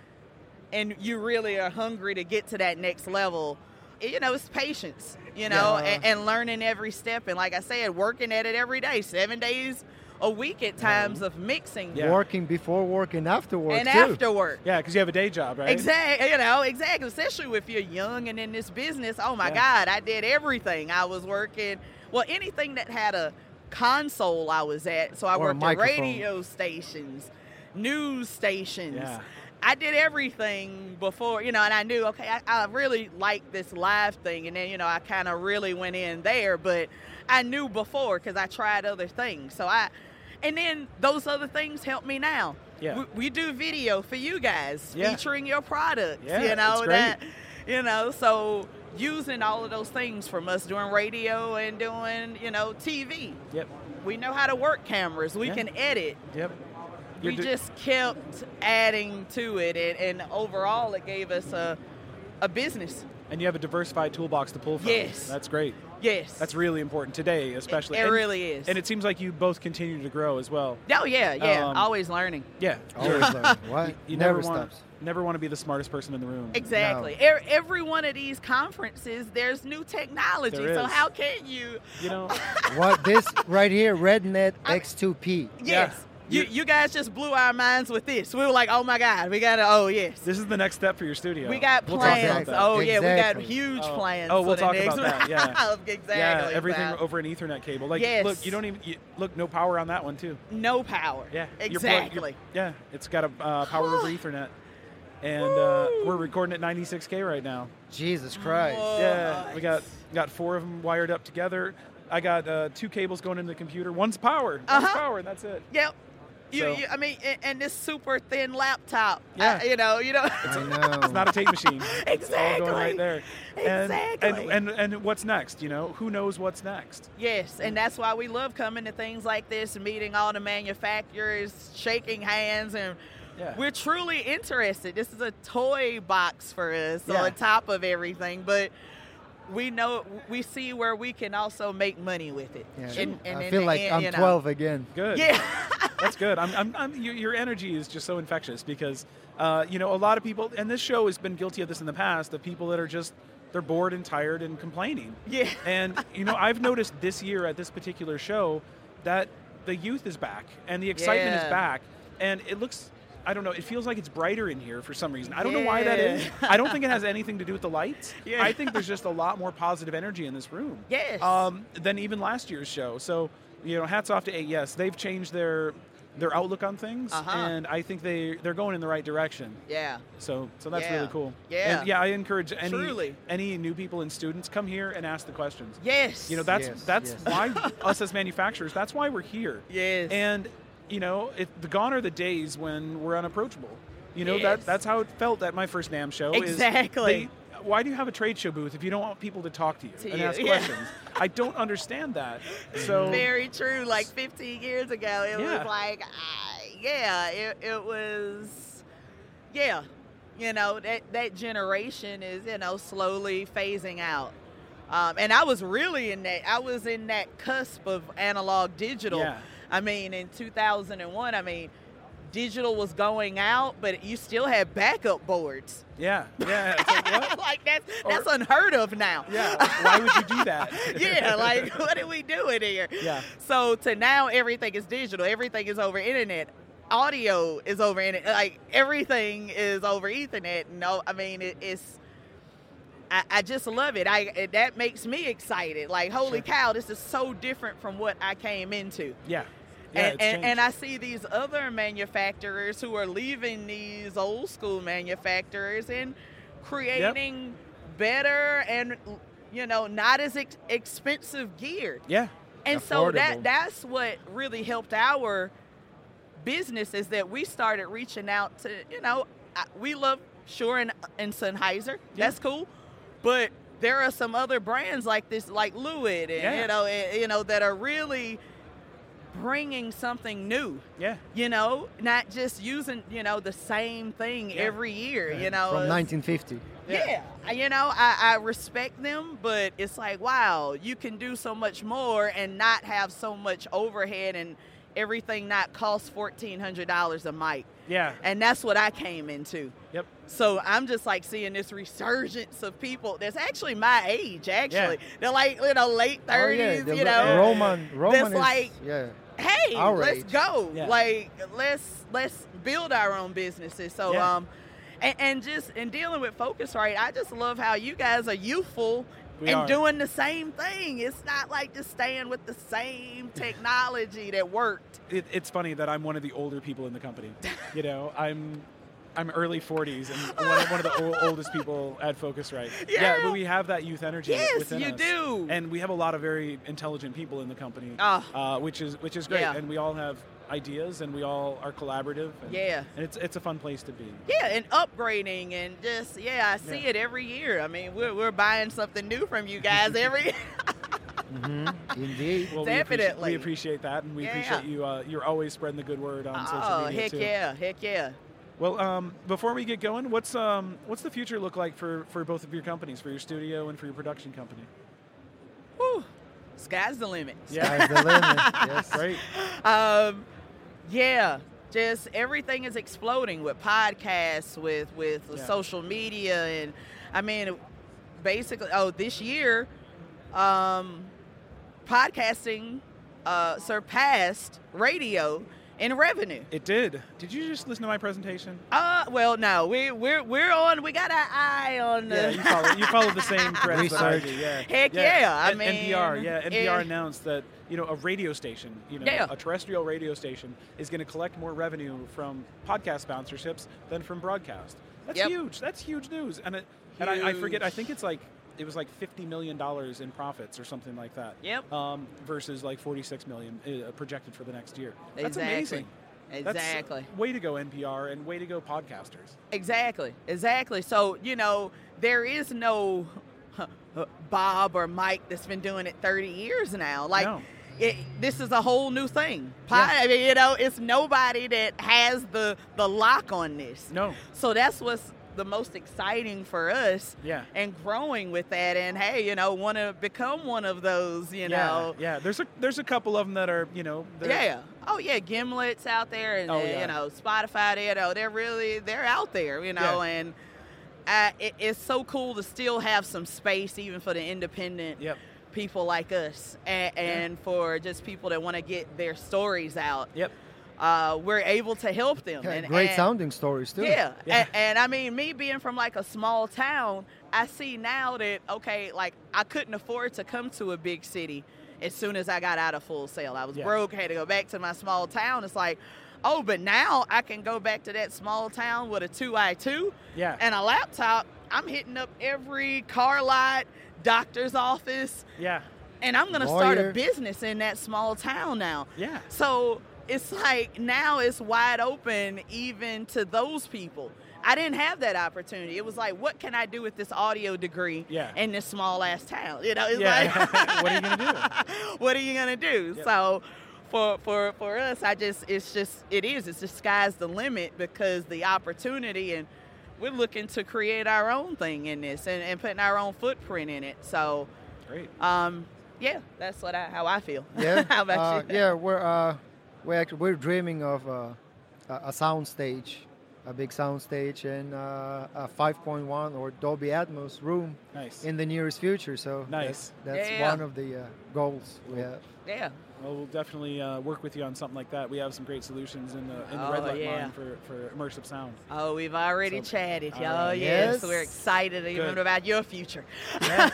Speaker 1: and you really are hungry to get to that next level. You know, it's patience, you know,
Speaker 3: Yeah.
Speaker 1: and, and learning every step. And like I said, working at it every day, seven days a week at times of mixing
Speaker 2: Yeah.
Speaker 3: Working before work and after work
Speaker 1: and
Speaker 3: too.
Speaker 1: after work.
Speaker 2: Yeah, because you have a day job, right?
Speaker 1: Exactly, you know, exactly. Especially if you're young and in this business. Oh my
Speaker 2: Yeah.
Speaker 1: God, I did everything. I was working, well, anything that had a console, I was at. So I
Speaker 3: Or a
Speaker 1: worked at
Speaker 3: microphone.
Speaker 1: radio stations, news stations.
Speaker 2: Yeah.
Speaker 1: I did everything before, you know, and I knew, okay, I, I really like this live thing. And then, you know, I kind of really went in there, but I knew before because I tried other things. So I, and then those other things help me now.
Speaker 2: Yeah.
Speaker 1: We, we do video for you guys
Speaker 2: Yeah.
Speaker 1: featuring your products,
Speaker 2: Yeah,
Speaker 1: you know,
Speaker 2: it's great.
Speaker 1: that, you know, so using all of those things from us doing radio and doing, you know, TV.
Speaker 2: Yep.
Speaker 1: We know how to work cameras, we
Speaker 2: Yeah.
Speaker 1: can edit,
Speaker 2: Yep.
Speaker 1: we
Speaker 2: do-
Speaker 1: just kept adding to it, and, and overall, it gave us a a business.
Speaker 2: and you have a diversified toolbox to pull from.
Speaker 1: Yes.
Speaker 2: That's great.
Speaker 1: Yes,
Speaker 2: That's really important today, especially.
Speaker 1: It
Speaker 2: And-
Speaker 1: really is.
Speaker 2: And it seems like you both continue to grow as well.
Speaker 1: oh yeah, yeah,
Speaker 2: Um,
Speaker 1: always learning.
Speaker 2: Yeah.
Speaker 3: Always learn.
Speaker 1: *laughs*
Speaker 3: What?
Speaker 2: You
Speaker 3: never,
Speaker 2: never, want
Speaker 3: stops.
Speaker 2: never want to be the smartest person in the room.
Speaker 1: Exactly. E- every one of these conferences, there's new technology.
Speaker 2: There
Speaker 1: so
Speaker 2: is.
Speaker 1: how can you?
Speaker 2: You
Speaker 1: *laughs*
Speaker 2: know,
Speaker 3: *laughs* what this right here, RedNet X2P.
Speaker 1: Yes. You,
Speaker 2: You're-
Speaker 1: you guys just blew our minds with this. We were like, oh my God, we got to, oh yes.
Speaker 2: this is the next step for your studio.
Speaker 1: we got
Speaker 2: We'll talk about
Speaker 1: plans.
Speaker 2: that.
Speaker 1: Oh yeah, we got
Speaker 3: Exactly.
Speaker 1: huge
Speaker 2: Oh.
Speaker 1: plans.
Speaker 2: Oh, we'll
Speaker 1: for
Speaker 2: talk
Speaker 1: the next
Speaker 2: about that, yeah.
Speaker 1: *laughs* round. exactly.
Speaker 2: Yeah, everything
Speaker 1: Bob.
Speaker 2: over an Ethernet cable. Like,
Speaker 1: Yes.
Speaker 2: look, you don't even you, look. No power on that one too.
Speaker 1: No power.
Speaker 2: Yeah, You're plug-
Speaker 1: Exactly.
Speaker 2: you're- yeah, it's got a uh, power
Speaker 1: *gasps*
Speaker 2: over Ethernet, and uh, we're recording at 96k right now.
Speaker 3: Jesus Christ.
Speaker 2: Yeah, we
Speaker 1: Oh,
Speaker 2: got
Speaker 1: Nice.
Speaker 2: got four of them wired up together. I got uh, two cables going into the computer. One's power. One's
Speaker 1: Uh-huh.
Speaker 2: power, and that's it.
Speaker 1: Yep. You,
Speaker 2: So-
Speaker 1: you, I mean, and, and this super thin laptop.
Speaker 2: Yeah.
Speaker 1: I- you know, you know.
Speaker 3: I know.
Speaker 2: It's not a tape
Speaker 1: *laughs*
Speaker 2: machine. It's all going right
Speaker 1: Exactly.
Speaker 2: there. And,
Speaker 1: Exactly.
Speaker 2: And, and and what's next? You know, who knows what's next?
Speaker 1: yes, and that's why we love coming to things like this, meeting all the manufacturers, shaking hands, and
Speaker 2: Yeah.
Speaker 1: we're truly interested. This is a toy box for us
Speaker 2: Yeah.
Speaker 1: on top of everything, but we know we see where we can also make money with it.
Speaker 3: Yeah.
Speaker 1: And, and
Speaker 3: I
Speaker 1: in
Speaker 3: feel
Speaker 1: the
Speaker 3: like
Speaker 1: end,
Speaker 3: I'm
Speaker 1: you know.
Speaker 3: 12 again.
Speaker 2: Good.
Speaker 1: Yeah. *laughs*
Speaker 2: That's good. I'm, I'm, I'm, your, your energy is just so infectious because, uh, you know, a lot of people, and this show has been guilty of this in the past, of people that are just, they're bored and tired and complaining.
Speaker 1: Yeah.
Speaker 2: And, you know, I've noticed this year at this particular show that the youth is back and the excitement is
Speaker 1: Yeah.
Speaker 2: back. And it looks, I don't know, it feels like it's brighter in here for some reason. I don't know why that is. I don't think it has anything to do with the lights.
Speaker 1: *laughs* Yeah.
Speaker 2: I think there's just a lot more positive energy in this room
Speaker 1: Yes.
Speaker 2: um, than even last year's show. So you know, hats off to AES. They've changed their their outlook on things,
Speaker 1: Uh-huh.
Speaker 2: and I think they they're going in the right direction.
Speaker 1: yeah.
Speaker 2: So so that's
Speaker 1: Yeah.
Speaker 2: really cool.
Speaker 1: Yeah.
Speaker 2: and yeah. I encourage any
Speaker 1: Truly.
Speaker 2: any new people and students come here and ask the questions.
Speaker 1: Yes.
Speaker 2: You know, that's
Speaker 3: Yes,
Speaker 2: that's
Speaker 3: yes.
Speaker 2: why
Speaker 1: *laughs*
Speaker 2: us as manufacturers. That's why we're here.
Speaker 1: Yes.
Speaker 2: And you know, it, the gone are the days when we're unapproachable. You know that
Speaker 1: Yes.
Speaker 2: that's how it felt at my first NAM show. is
Speaker 1: Exactly.
Speaker 2: they- why do you have a trade show booth if you don't want people to talk to you
Speaker 1: To
Speaker 2: and
Speaker 1: you,
Speaker 2: ask
Speaker 1: yeah.
Speaker 2: questions? I don't
Speaker 1: *laughs*
Speaker 2: understand that. So
Speaker 1: very true. Like 15 years ago, it
Speaker 2: Yeah.
Speaker 1: was like, I, yeah, it, it was, yeah, you know, that, that generation is, you know, slowly phasing out. Um, and I was really in that, I was in that cusp of analog digital.
Speaker 2: Yeah.
Speaker 1: I mean, in 2001, I mean, digital was going out, but you still had backup boards. *laughs*
Speaker 2: yeah, yeah. It's like, what?
Speaker 1: like that's
Speaker 2: Or-
Speaker 1: that's unheard of now.
Speaker 2: yeah. Why would you do that?
Speaker 1: *laughs* yeah, like *laughs* what are we doing here?
Speaker 2: Yeah.
Speaker 1: So to now everything is digital, everything is over internet. Audio is over internet, like everything is over Ethernet. No, I mean it, it's. I, I just love it. I it, that makes me excited. Like holy cow, this is so different from what I came into.
Speaker 2: yeah. Yeah,
Speaker 1: and,
Speaker 2: it's
Speaker 1: and, and
Speaker 2: changed.
Speaker 1: I see these other manufacturers who are leaving these old school manufacturers and creating better and you know not as ex- expensive gear.
Speaker 2: yeah.
Speaker 1: And so that
Speaker 3: Affordable.
Speaker 1: that's what really helped our business is that we started reaching out to you know I- we love Shure and, and Sennheiser.
Speaker 2: Yeah.
Speaker 1: That's cool, but there are some other brands like this, like Lewitt, and
Speaker 2: Yeah.
Speaker 1: you know, and, you know that are really bringing something new.
Speaker 2: Yeah.
Speaker 1: You know, not just using you know the same thing
Speaker 2: Yeah.
Speaker 1: every year. You know,
Speaker 3: from
Speaker 1: oh,
Speaker 3: Oh,
Speaker 1: It's-
Speaker 3: 1950.
Speaker 1: yeah. You know, I, I respect them, but it's like, wow, you can do so much more and not have so much overhead and everything not cost $1,400 a mic.
Speaker 2: Yeah.
Speaker 1: And that's what I came into.
Speaker 2: Yep.
Speaker 1: So I'm just like seeing this resurgence of people that's actually my age, actually. They're like, you know, late
Speaker 3: Oh,
Speaker 1: 30s,
Speaker 3: the
Speaker 1: you
Speaker 3: Ro-
Speaker 1: know.
Speaker 3: Roman, Roman is
Speaker 1: like-
Speaker 3: yeah.
Speaker 1: hey,
Speaker 3: Our
Speaker 1: let's
Speaker 3: age.
Speaker 1: go.
Speaker 2: Yeah.
Speaker 1: Like let's let's build our own businesses. So
Speaker 2: Yeah.
Speaker 1: um and, and just in dealing with Focusrite, I just love how you guys are youthful
Speaker 2: We
Speaker 1: and
Speaker 2: are.
Speaker 1: doing the same thing. It's not like just staying with the
Speaker 2: *laughs*
Speaker 1: same technology that worked.
Speaker 2: It, it's funny that I'm one of the older people in the company. You
Speaker 1: *laughs*
Speaker 2: know, I'm I'm early 40s and one, of- one of the ol- oldest people at
Speaker 1: *laughs*
Speaker 2: Focusrite.
Speaker 1: Yeah.
Speaker 2: but we have that youth energy
Speaker 1: Yes,
Speaker 2: within
Speaker 1: you
Speaker 2: us.
Speaker 1: do.
Speaker 2: And we have a lot of very intelligent people in the company,
Speaker 1: Ah.
Speaker 2: uh, which is which is great.
Speaker 1: Yeah.
Speaker 2: And we all have ideas and we all are collaborative. And,
Speaker 1: Yeah.
Speaker 2: And it's it's a fun place to be.
Speaker 1: Yeah, and upgrading and just yeah, I see
Speaker 2: Yeah.
Speaker 1: it every year. I mean, we're, we're buying something new from you guys every
Speaker 3: Mm-hmm.
Speaker 1: *laughs*
Speaker 3: Indeed.
Speaker 2: Well, we appreciate-
Speaker 1: Definitely.
Speaker 2: We appreciate that, and we
Speaker 1: Yeah.
Speaker 2: appreciate you. Uh, you're always spreading the good word *laughs* on
Speaker 1: *laughs* Oh,
Speaker 2: social media
Speaker 1: heck
Speaker 2: too.
Speaker 1: yeah, heck yeah.
Speaker 2: Well, um, before we get going, what's um, what's the future look like for, for both of your companies, for your studio and for your production company?
Speaker 1: Whew. Sky's the limit.
Speaker 2: Yeah, *laughs*
Speaker 3: Sky's the limit. Yes.
Speaker 2: great.
Speaker 1: um, yeah, just everything is exploding with podcasts, with with
Speaker 2: Yeah.
Speaker 1: social media, and I mean, basically, oh, this year, um, podcasting uh, surpassed radio in revenue.
Speaker 2: It did. Did you just listen to my presentation?
Speaker 1: Uh, well, no, we we're we're on. We got our eye on. The,
Speaker 2: Yeah, you
Speaker 1: *laughs*
Speaker 2: follow, you follow the same threads that I
Speaker 3: Research.
Speaker 2: do. Yeah.
Speaker 1: Heck yeah, I
Speaker 2: N- NPR.
Speaker 1: mean,
Speaker 2: Yeah, NPR
Speaker 1: yeah.
Speaker 2: announced that you know a radio station, you know,
Speaker 1: Yeah.
Speaker 2: a terrestrial radio station, is going to collect more revenue from podcast sponsorships than from broadcast. That's
Speaker 1: Yep.
Speaker 2: huge. That's huge news. And it, and I, I forget. I
Speaker 1: Huge.
Speaker 2: think it's like it was like fifty million dollars in profits or something like that.
Speaker 1: Yep.
Speaker 2: Um, versus like forty-six million uh, projected for the next year. That's
Speaker 1: Exactly.
Speaker 2: amazing. That's
Speaker 1: Exactly.
Speaker 2: way to go NPR and way to go podcasters.
Speaker 1: Exactly, exactly. So, you know, there is no Bob or Mike that's been doing it 30 years now. Like,
Speaker 2: No.
Speaker 1: it, this is a whole new thing. Po-
Speaker 2: Yeah.
Speaker 1: I mean, you know, it's nobody that has the, the lock on this.
Speaker 2: No.
Speaker 1: So that's what's the most exciting for us
Speaker 2: Yeah.
Speaker 1: and growing with that. And hey, you know, want to become one of those, you
Speaker 2: yeah,
Speaker 1: know.
Speaker 2: yeah. There's a there's a couple of them that are you know. they're-
Speaker 1: Yeah. Oh yeah, Gimlet's out there, and
Speaker 2: Oh,
Speaker 1: uh,
Speaker 2: yeah.
Speaker 1: you know Spotify. They, you know they're really they're out there. You know,
Speaker 2: Yeah.
Speaker 1: and I, it, it's so cool to still have some space even for the independent
Speaker 2: Yep.
Speaker 1: people like us, and, and for just people that want to get their stories out.
Speaker 2: Yep.
Speaker 1: Uh, we're able to help them.
Speaker 3: Yeah,
Speaker 1: and,
Speaker 3: great
Speaker 1: and-
Speaker 3: sounding stories too.
Speaker 1: yeah,
Speaker 2: Yeah.
Speaker 1: And, and I mean, me being from like a small town, I see now that okay, like I couldn't afford to come to a big city. As soon as I got out of Full Sail, I was
Speaker 2: Yeah.
Speaker 1: broke, had to go back to my small town. It's like, oh, but now I can go back to that small town with a two i two
Speaker 2: Yeah.
Speaker 1: and a laptop. I'm hitting up every car lot, doctor's office,
Speaker 2: yeah.
Speaker 1: and I'm gonna start a
Speaker 3: Lawyer.
Speaker 1: business in that small town now.
Speaker 2: Yeah.
Speaker 1: So it's like now it's wide open even to those people. I didn't have that opportunity. It was like, what can I do with this audio degree
Speaker 2: Yeah.
Speaker 1: in this small ass town? You know, *laughs* it's
Speaker 2: *laughs* Yeah. what are you gonna do?
Speaker 1: like, *laughs* what are you gonna do?
Speaker 2: Yep.
Speaker 1: So, for for for us, I just it's just it is it's the sky's the limit because the opportunity and we're looking to create our own thing in this and, and putting our own footprint in it. So, *laughs*
Speaker 2: Great.
Speaker 1: um, yeah, that's what I, how I feel.
Speaker 3: Yeah.
Speaker 1: *laughs* how about
Speaker 3: uh,
Speaker 1: you?
Speaker 3: Yeah, we're uh, we're actually, we're dreaming of uh, a, a sound stage, a big sound stage, and uh, a 5.1 or Dolby Atmos room
Speaker 2: Nice.
Speaker 3: in the nearest future. So
Speaker 2: Nice.
Speaker 3: that's, that's
Speaker 1: Yeah.
Speaker 3: one of the uh, goals we have.
Speaker 1: Yeah,
Speaker 2: Well, we'll definitely uh, work with you on something like that. We have some great solutions in the, in the
Speaker 1: Oh,
Speaker 2: red light
Speaker 1: yeah.
Speaker 2: line for, for
Speaker 1: *laughs*
Speaker 2: immersive sound.
Speaker 1: Oh, we've already
Speaker 2: So-
Speaker 1: chatted.
Speaker 2: all
Speaker 1: Oh,
Speaker 2: right.
Speaker 1: yes.
Speaker 3: Yes.
Speaker 1: We're excited even
Speaker 2: Good.
Speaker 1: about your future.
Speaker 2: Yeah.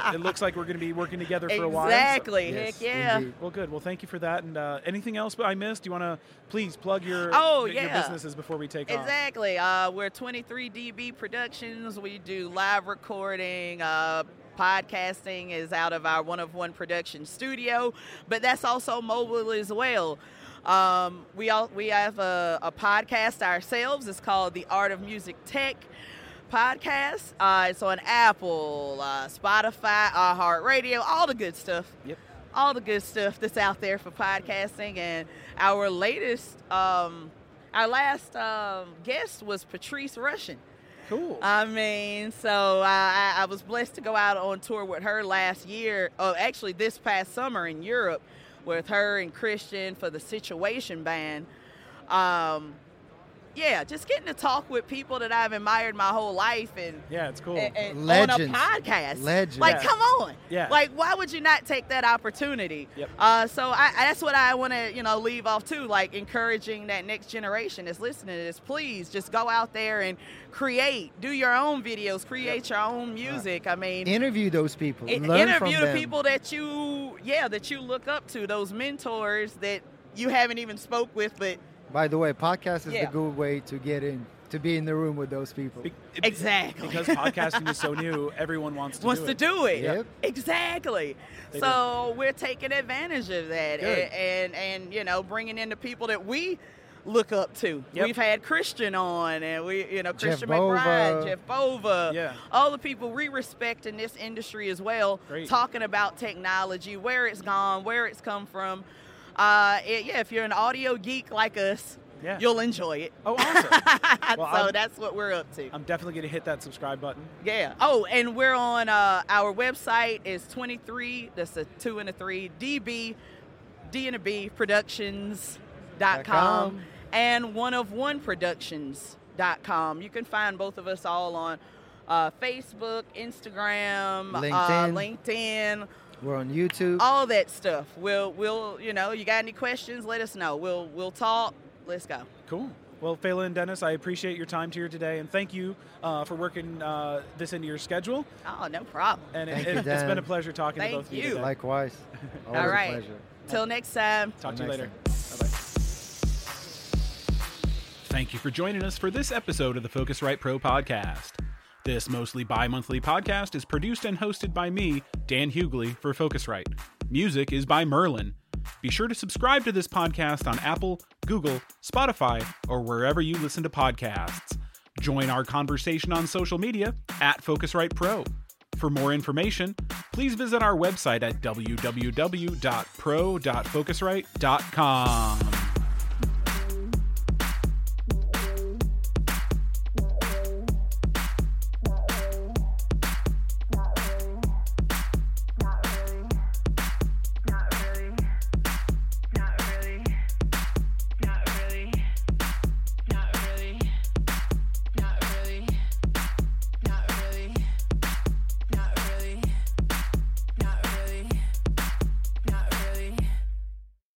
Speaker 2: well, it looks like we're going to be working together for a while. so-
Speaker 1: exactly.
Speaker 3: Yes,
Speaker 1: Heck yeah.
Speaker 3: indeed.
Speaker 2: Well, good. Well, thank you for that. And uh, anything else I missed? You want to please plug your
Speaker 1: Oh,
Speaker 2: your
Speaker 1: yeah.
Speaker 2: businesses before we take off.
Speaker 1: Exactly. Uh, we're 23DB Productions. We do live recording. Uh, podcasting is out of our one of one production studio, but that's also mobile as well. Um, we all we have a, a podcast ourselves. It's called the Art of Music Tech podcast. Uh, it's on Apple, uh, Spotify, iHeartRadio, all the good stuff
Speaker 2: Yep.
Speaker 1: all the good stuff that's out there for podcasting. And our latest, um, our last um, guest was Patrice Russian.
Speaker 2: Cool.
Speaker 1: I mean, so I, I I was blessed to go out on tour with her last year. Oh, actually, this past summer in Europe with her and Christian for the Situation Band. Um, yeah, just getting to talk with people that I've admired my whole life and
Speaker 2: yeah, it's cool.
Speaker 1: and- and on a
Speaker 3: Oh, Legends.
Speaker 1: podcast.
Speaker 3: Legends.
Speaker 1: Like,
Speaker 2: Yeah.
Speaker 1: come on.
Speaker 2: Yeah.
Speaker 1: Like, why would you not take that opportunity?
Speaker 2: Yep.
Speaker 1: Uh, so I, I- that's what I want to, you know, leave off too. Like encouraging that next generation that's listening to this. Please just go out there and create. Do your own videos. Create your own music. I mean,
Speaker 3: Interview those people.
Speaker 1: in-
Speaker 3: Learn
Speaker 1: interview
Speaker 3: from
Speaker 1: the
Speaker 3: them.
Speaker 1: people that you, yeah, that you look up to. Those mentors that you haven't even spoke with, but
Speaker 3: By the way, podcast is
Speaker 1: Yeah.
Speaker 3: the good way to get in, to be in the room with those people.
Speaker 2: Be-
Speaker 1: exactly.
Speaker 2: because podcasting is so new, everyone wants to
Speaker 1: wants
Speaker 2: do
Speaker 1: to
Speaker 2: it.
Speaker 1: do it.
Speaker 3: Yep.
Speaker 1: Exactly.
Speaker 2: They
Speaker 1: so we're taking advantage of that,
Speaker 2: Good.
Speaker 1: and, and and you know bringing in the people that we look up to.
Speaker 2: Yep.
Speaker 1: We've had Christian on, and we you know Christian
Speaker 3: Bova.
Speaker 1: McBride, Jeff Bova,
Speaker 2: Yeah.
Speaker 1: all the people we respect in this industry as well,
Speaker 2: Great.
Speaker 1: talking about technology, where it's gone, where it's come from. Uh, it- yeah, if you're an audio geek like us,
Speaker 2: Yeah.
Speaker 1: you'll enjoy it.
Speaker 2: Oh, awesome.
Speaker 1: *laughs* so
Speaker 2: I'm-
Speaker 1: that's what we're up to.
Speaker 2: I'm definitely going to hit that subscribe button.
Speaker 1: Yeah. Oh, and we're on uh, our website is 23, that's a 2 and a 3, DB, D and a B productions.com
Speaker 3: com.
Speaker 1: and one of one productions.com. You can find both of us all on uh, Facebook, Instagram, Uh,
Speaker 3: LinkedIn.
Speaker 1: LinkedIn,
Speaker 3: We're on YouTube.
Speaker 1: all that stuff. We'll we'll, you know, you got any questions, let us know. We'll we'll talk. Let's go.
Speaker 2: Cool. Well, Fela and Dennis, I appreciate your time here today, and thank you uh, for working uh, this into your schedule.
Speaker 1: Oh, no problem.
Speaker 2: And
Speaker 3: Thank
Speaker 2: it,
Speaker 3: you,
Speaker 2: has been
Speaker 3: Dan.
Speaker 2: a pleasure talking
Speaker 1: Thank
Speaker 2: to both of you.
Speaker 1: you.
Speaker 2: today.
Speaker 3: Likewise.
Speaker 2: *laughs*
Speaker 3: Always
Speaker 1: all
Speaker 3: a
Speaker 1: right.
Speaker 3: pleasure.
Speaker 1: Till next time.
Speaker 2: Talk to
Speaker 3: Till
Speaker 2: you later.
Speaker 3: next
Speaker 2: Bye bye.
Speaker 4: Thank you for joining us for this episode of the Focusrite Pro podcast. This mostly bi monthly podcast is produced and hosted by me, Dan Hughley, for Focusrite. Music is by Merlin. Be sure to subscribe to this podcast on Apple, Google, Spotify, or wherever you listen to podcasts. Join our conversation on social media at Focusrite Pro. For more information, please visit our website at www.pro.focusrite.com.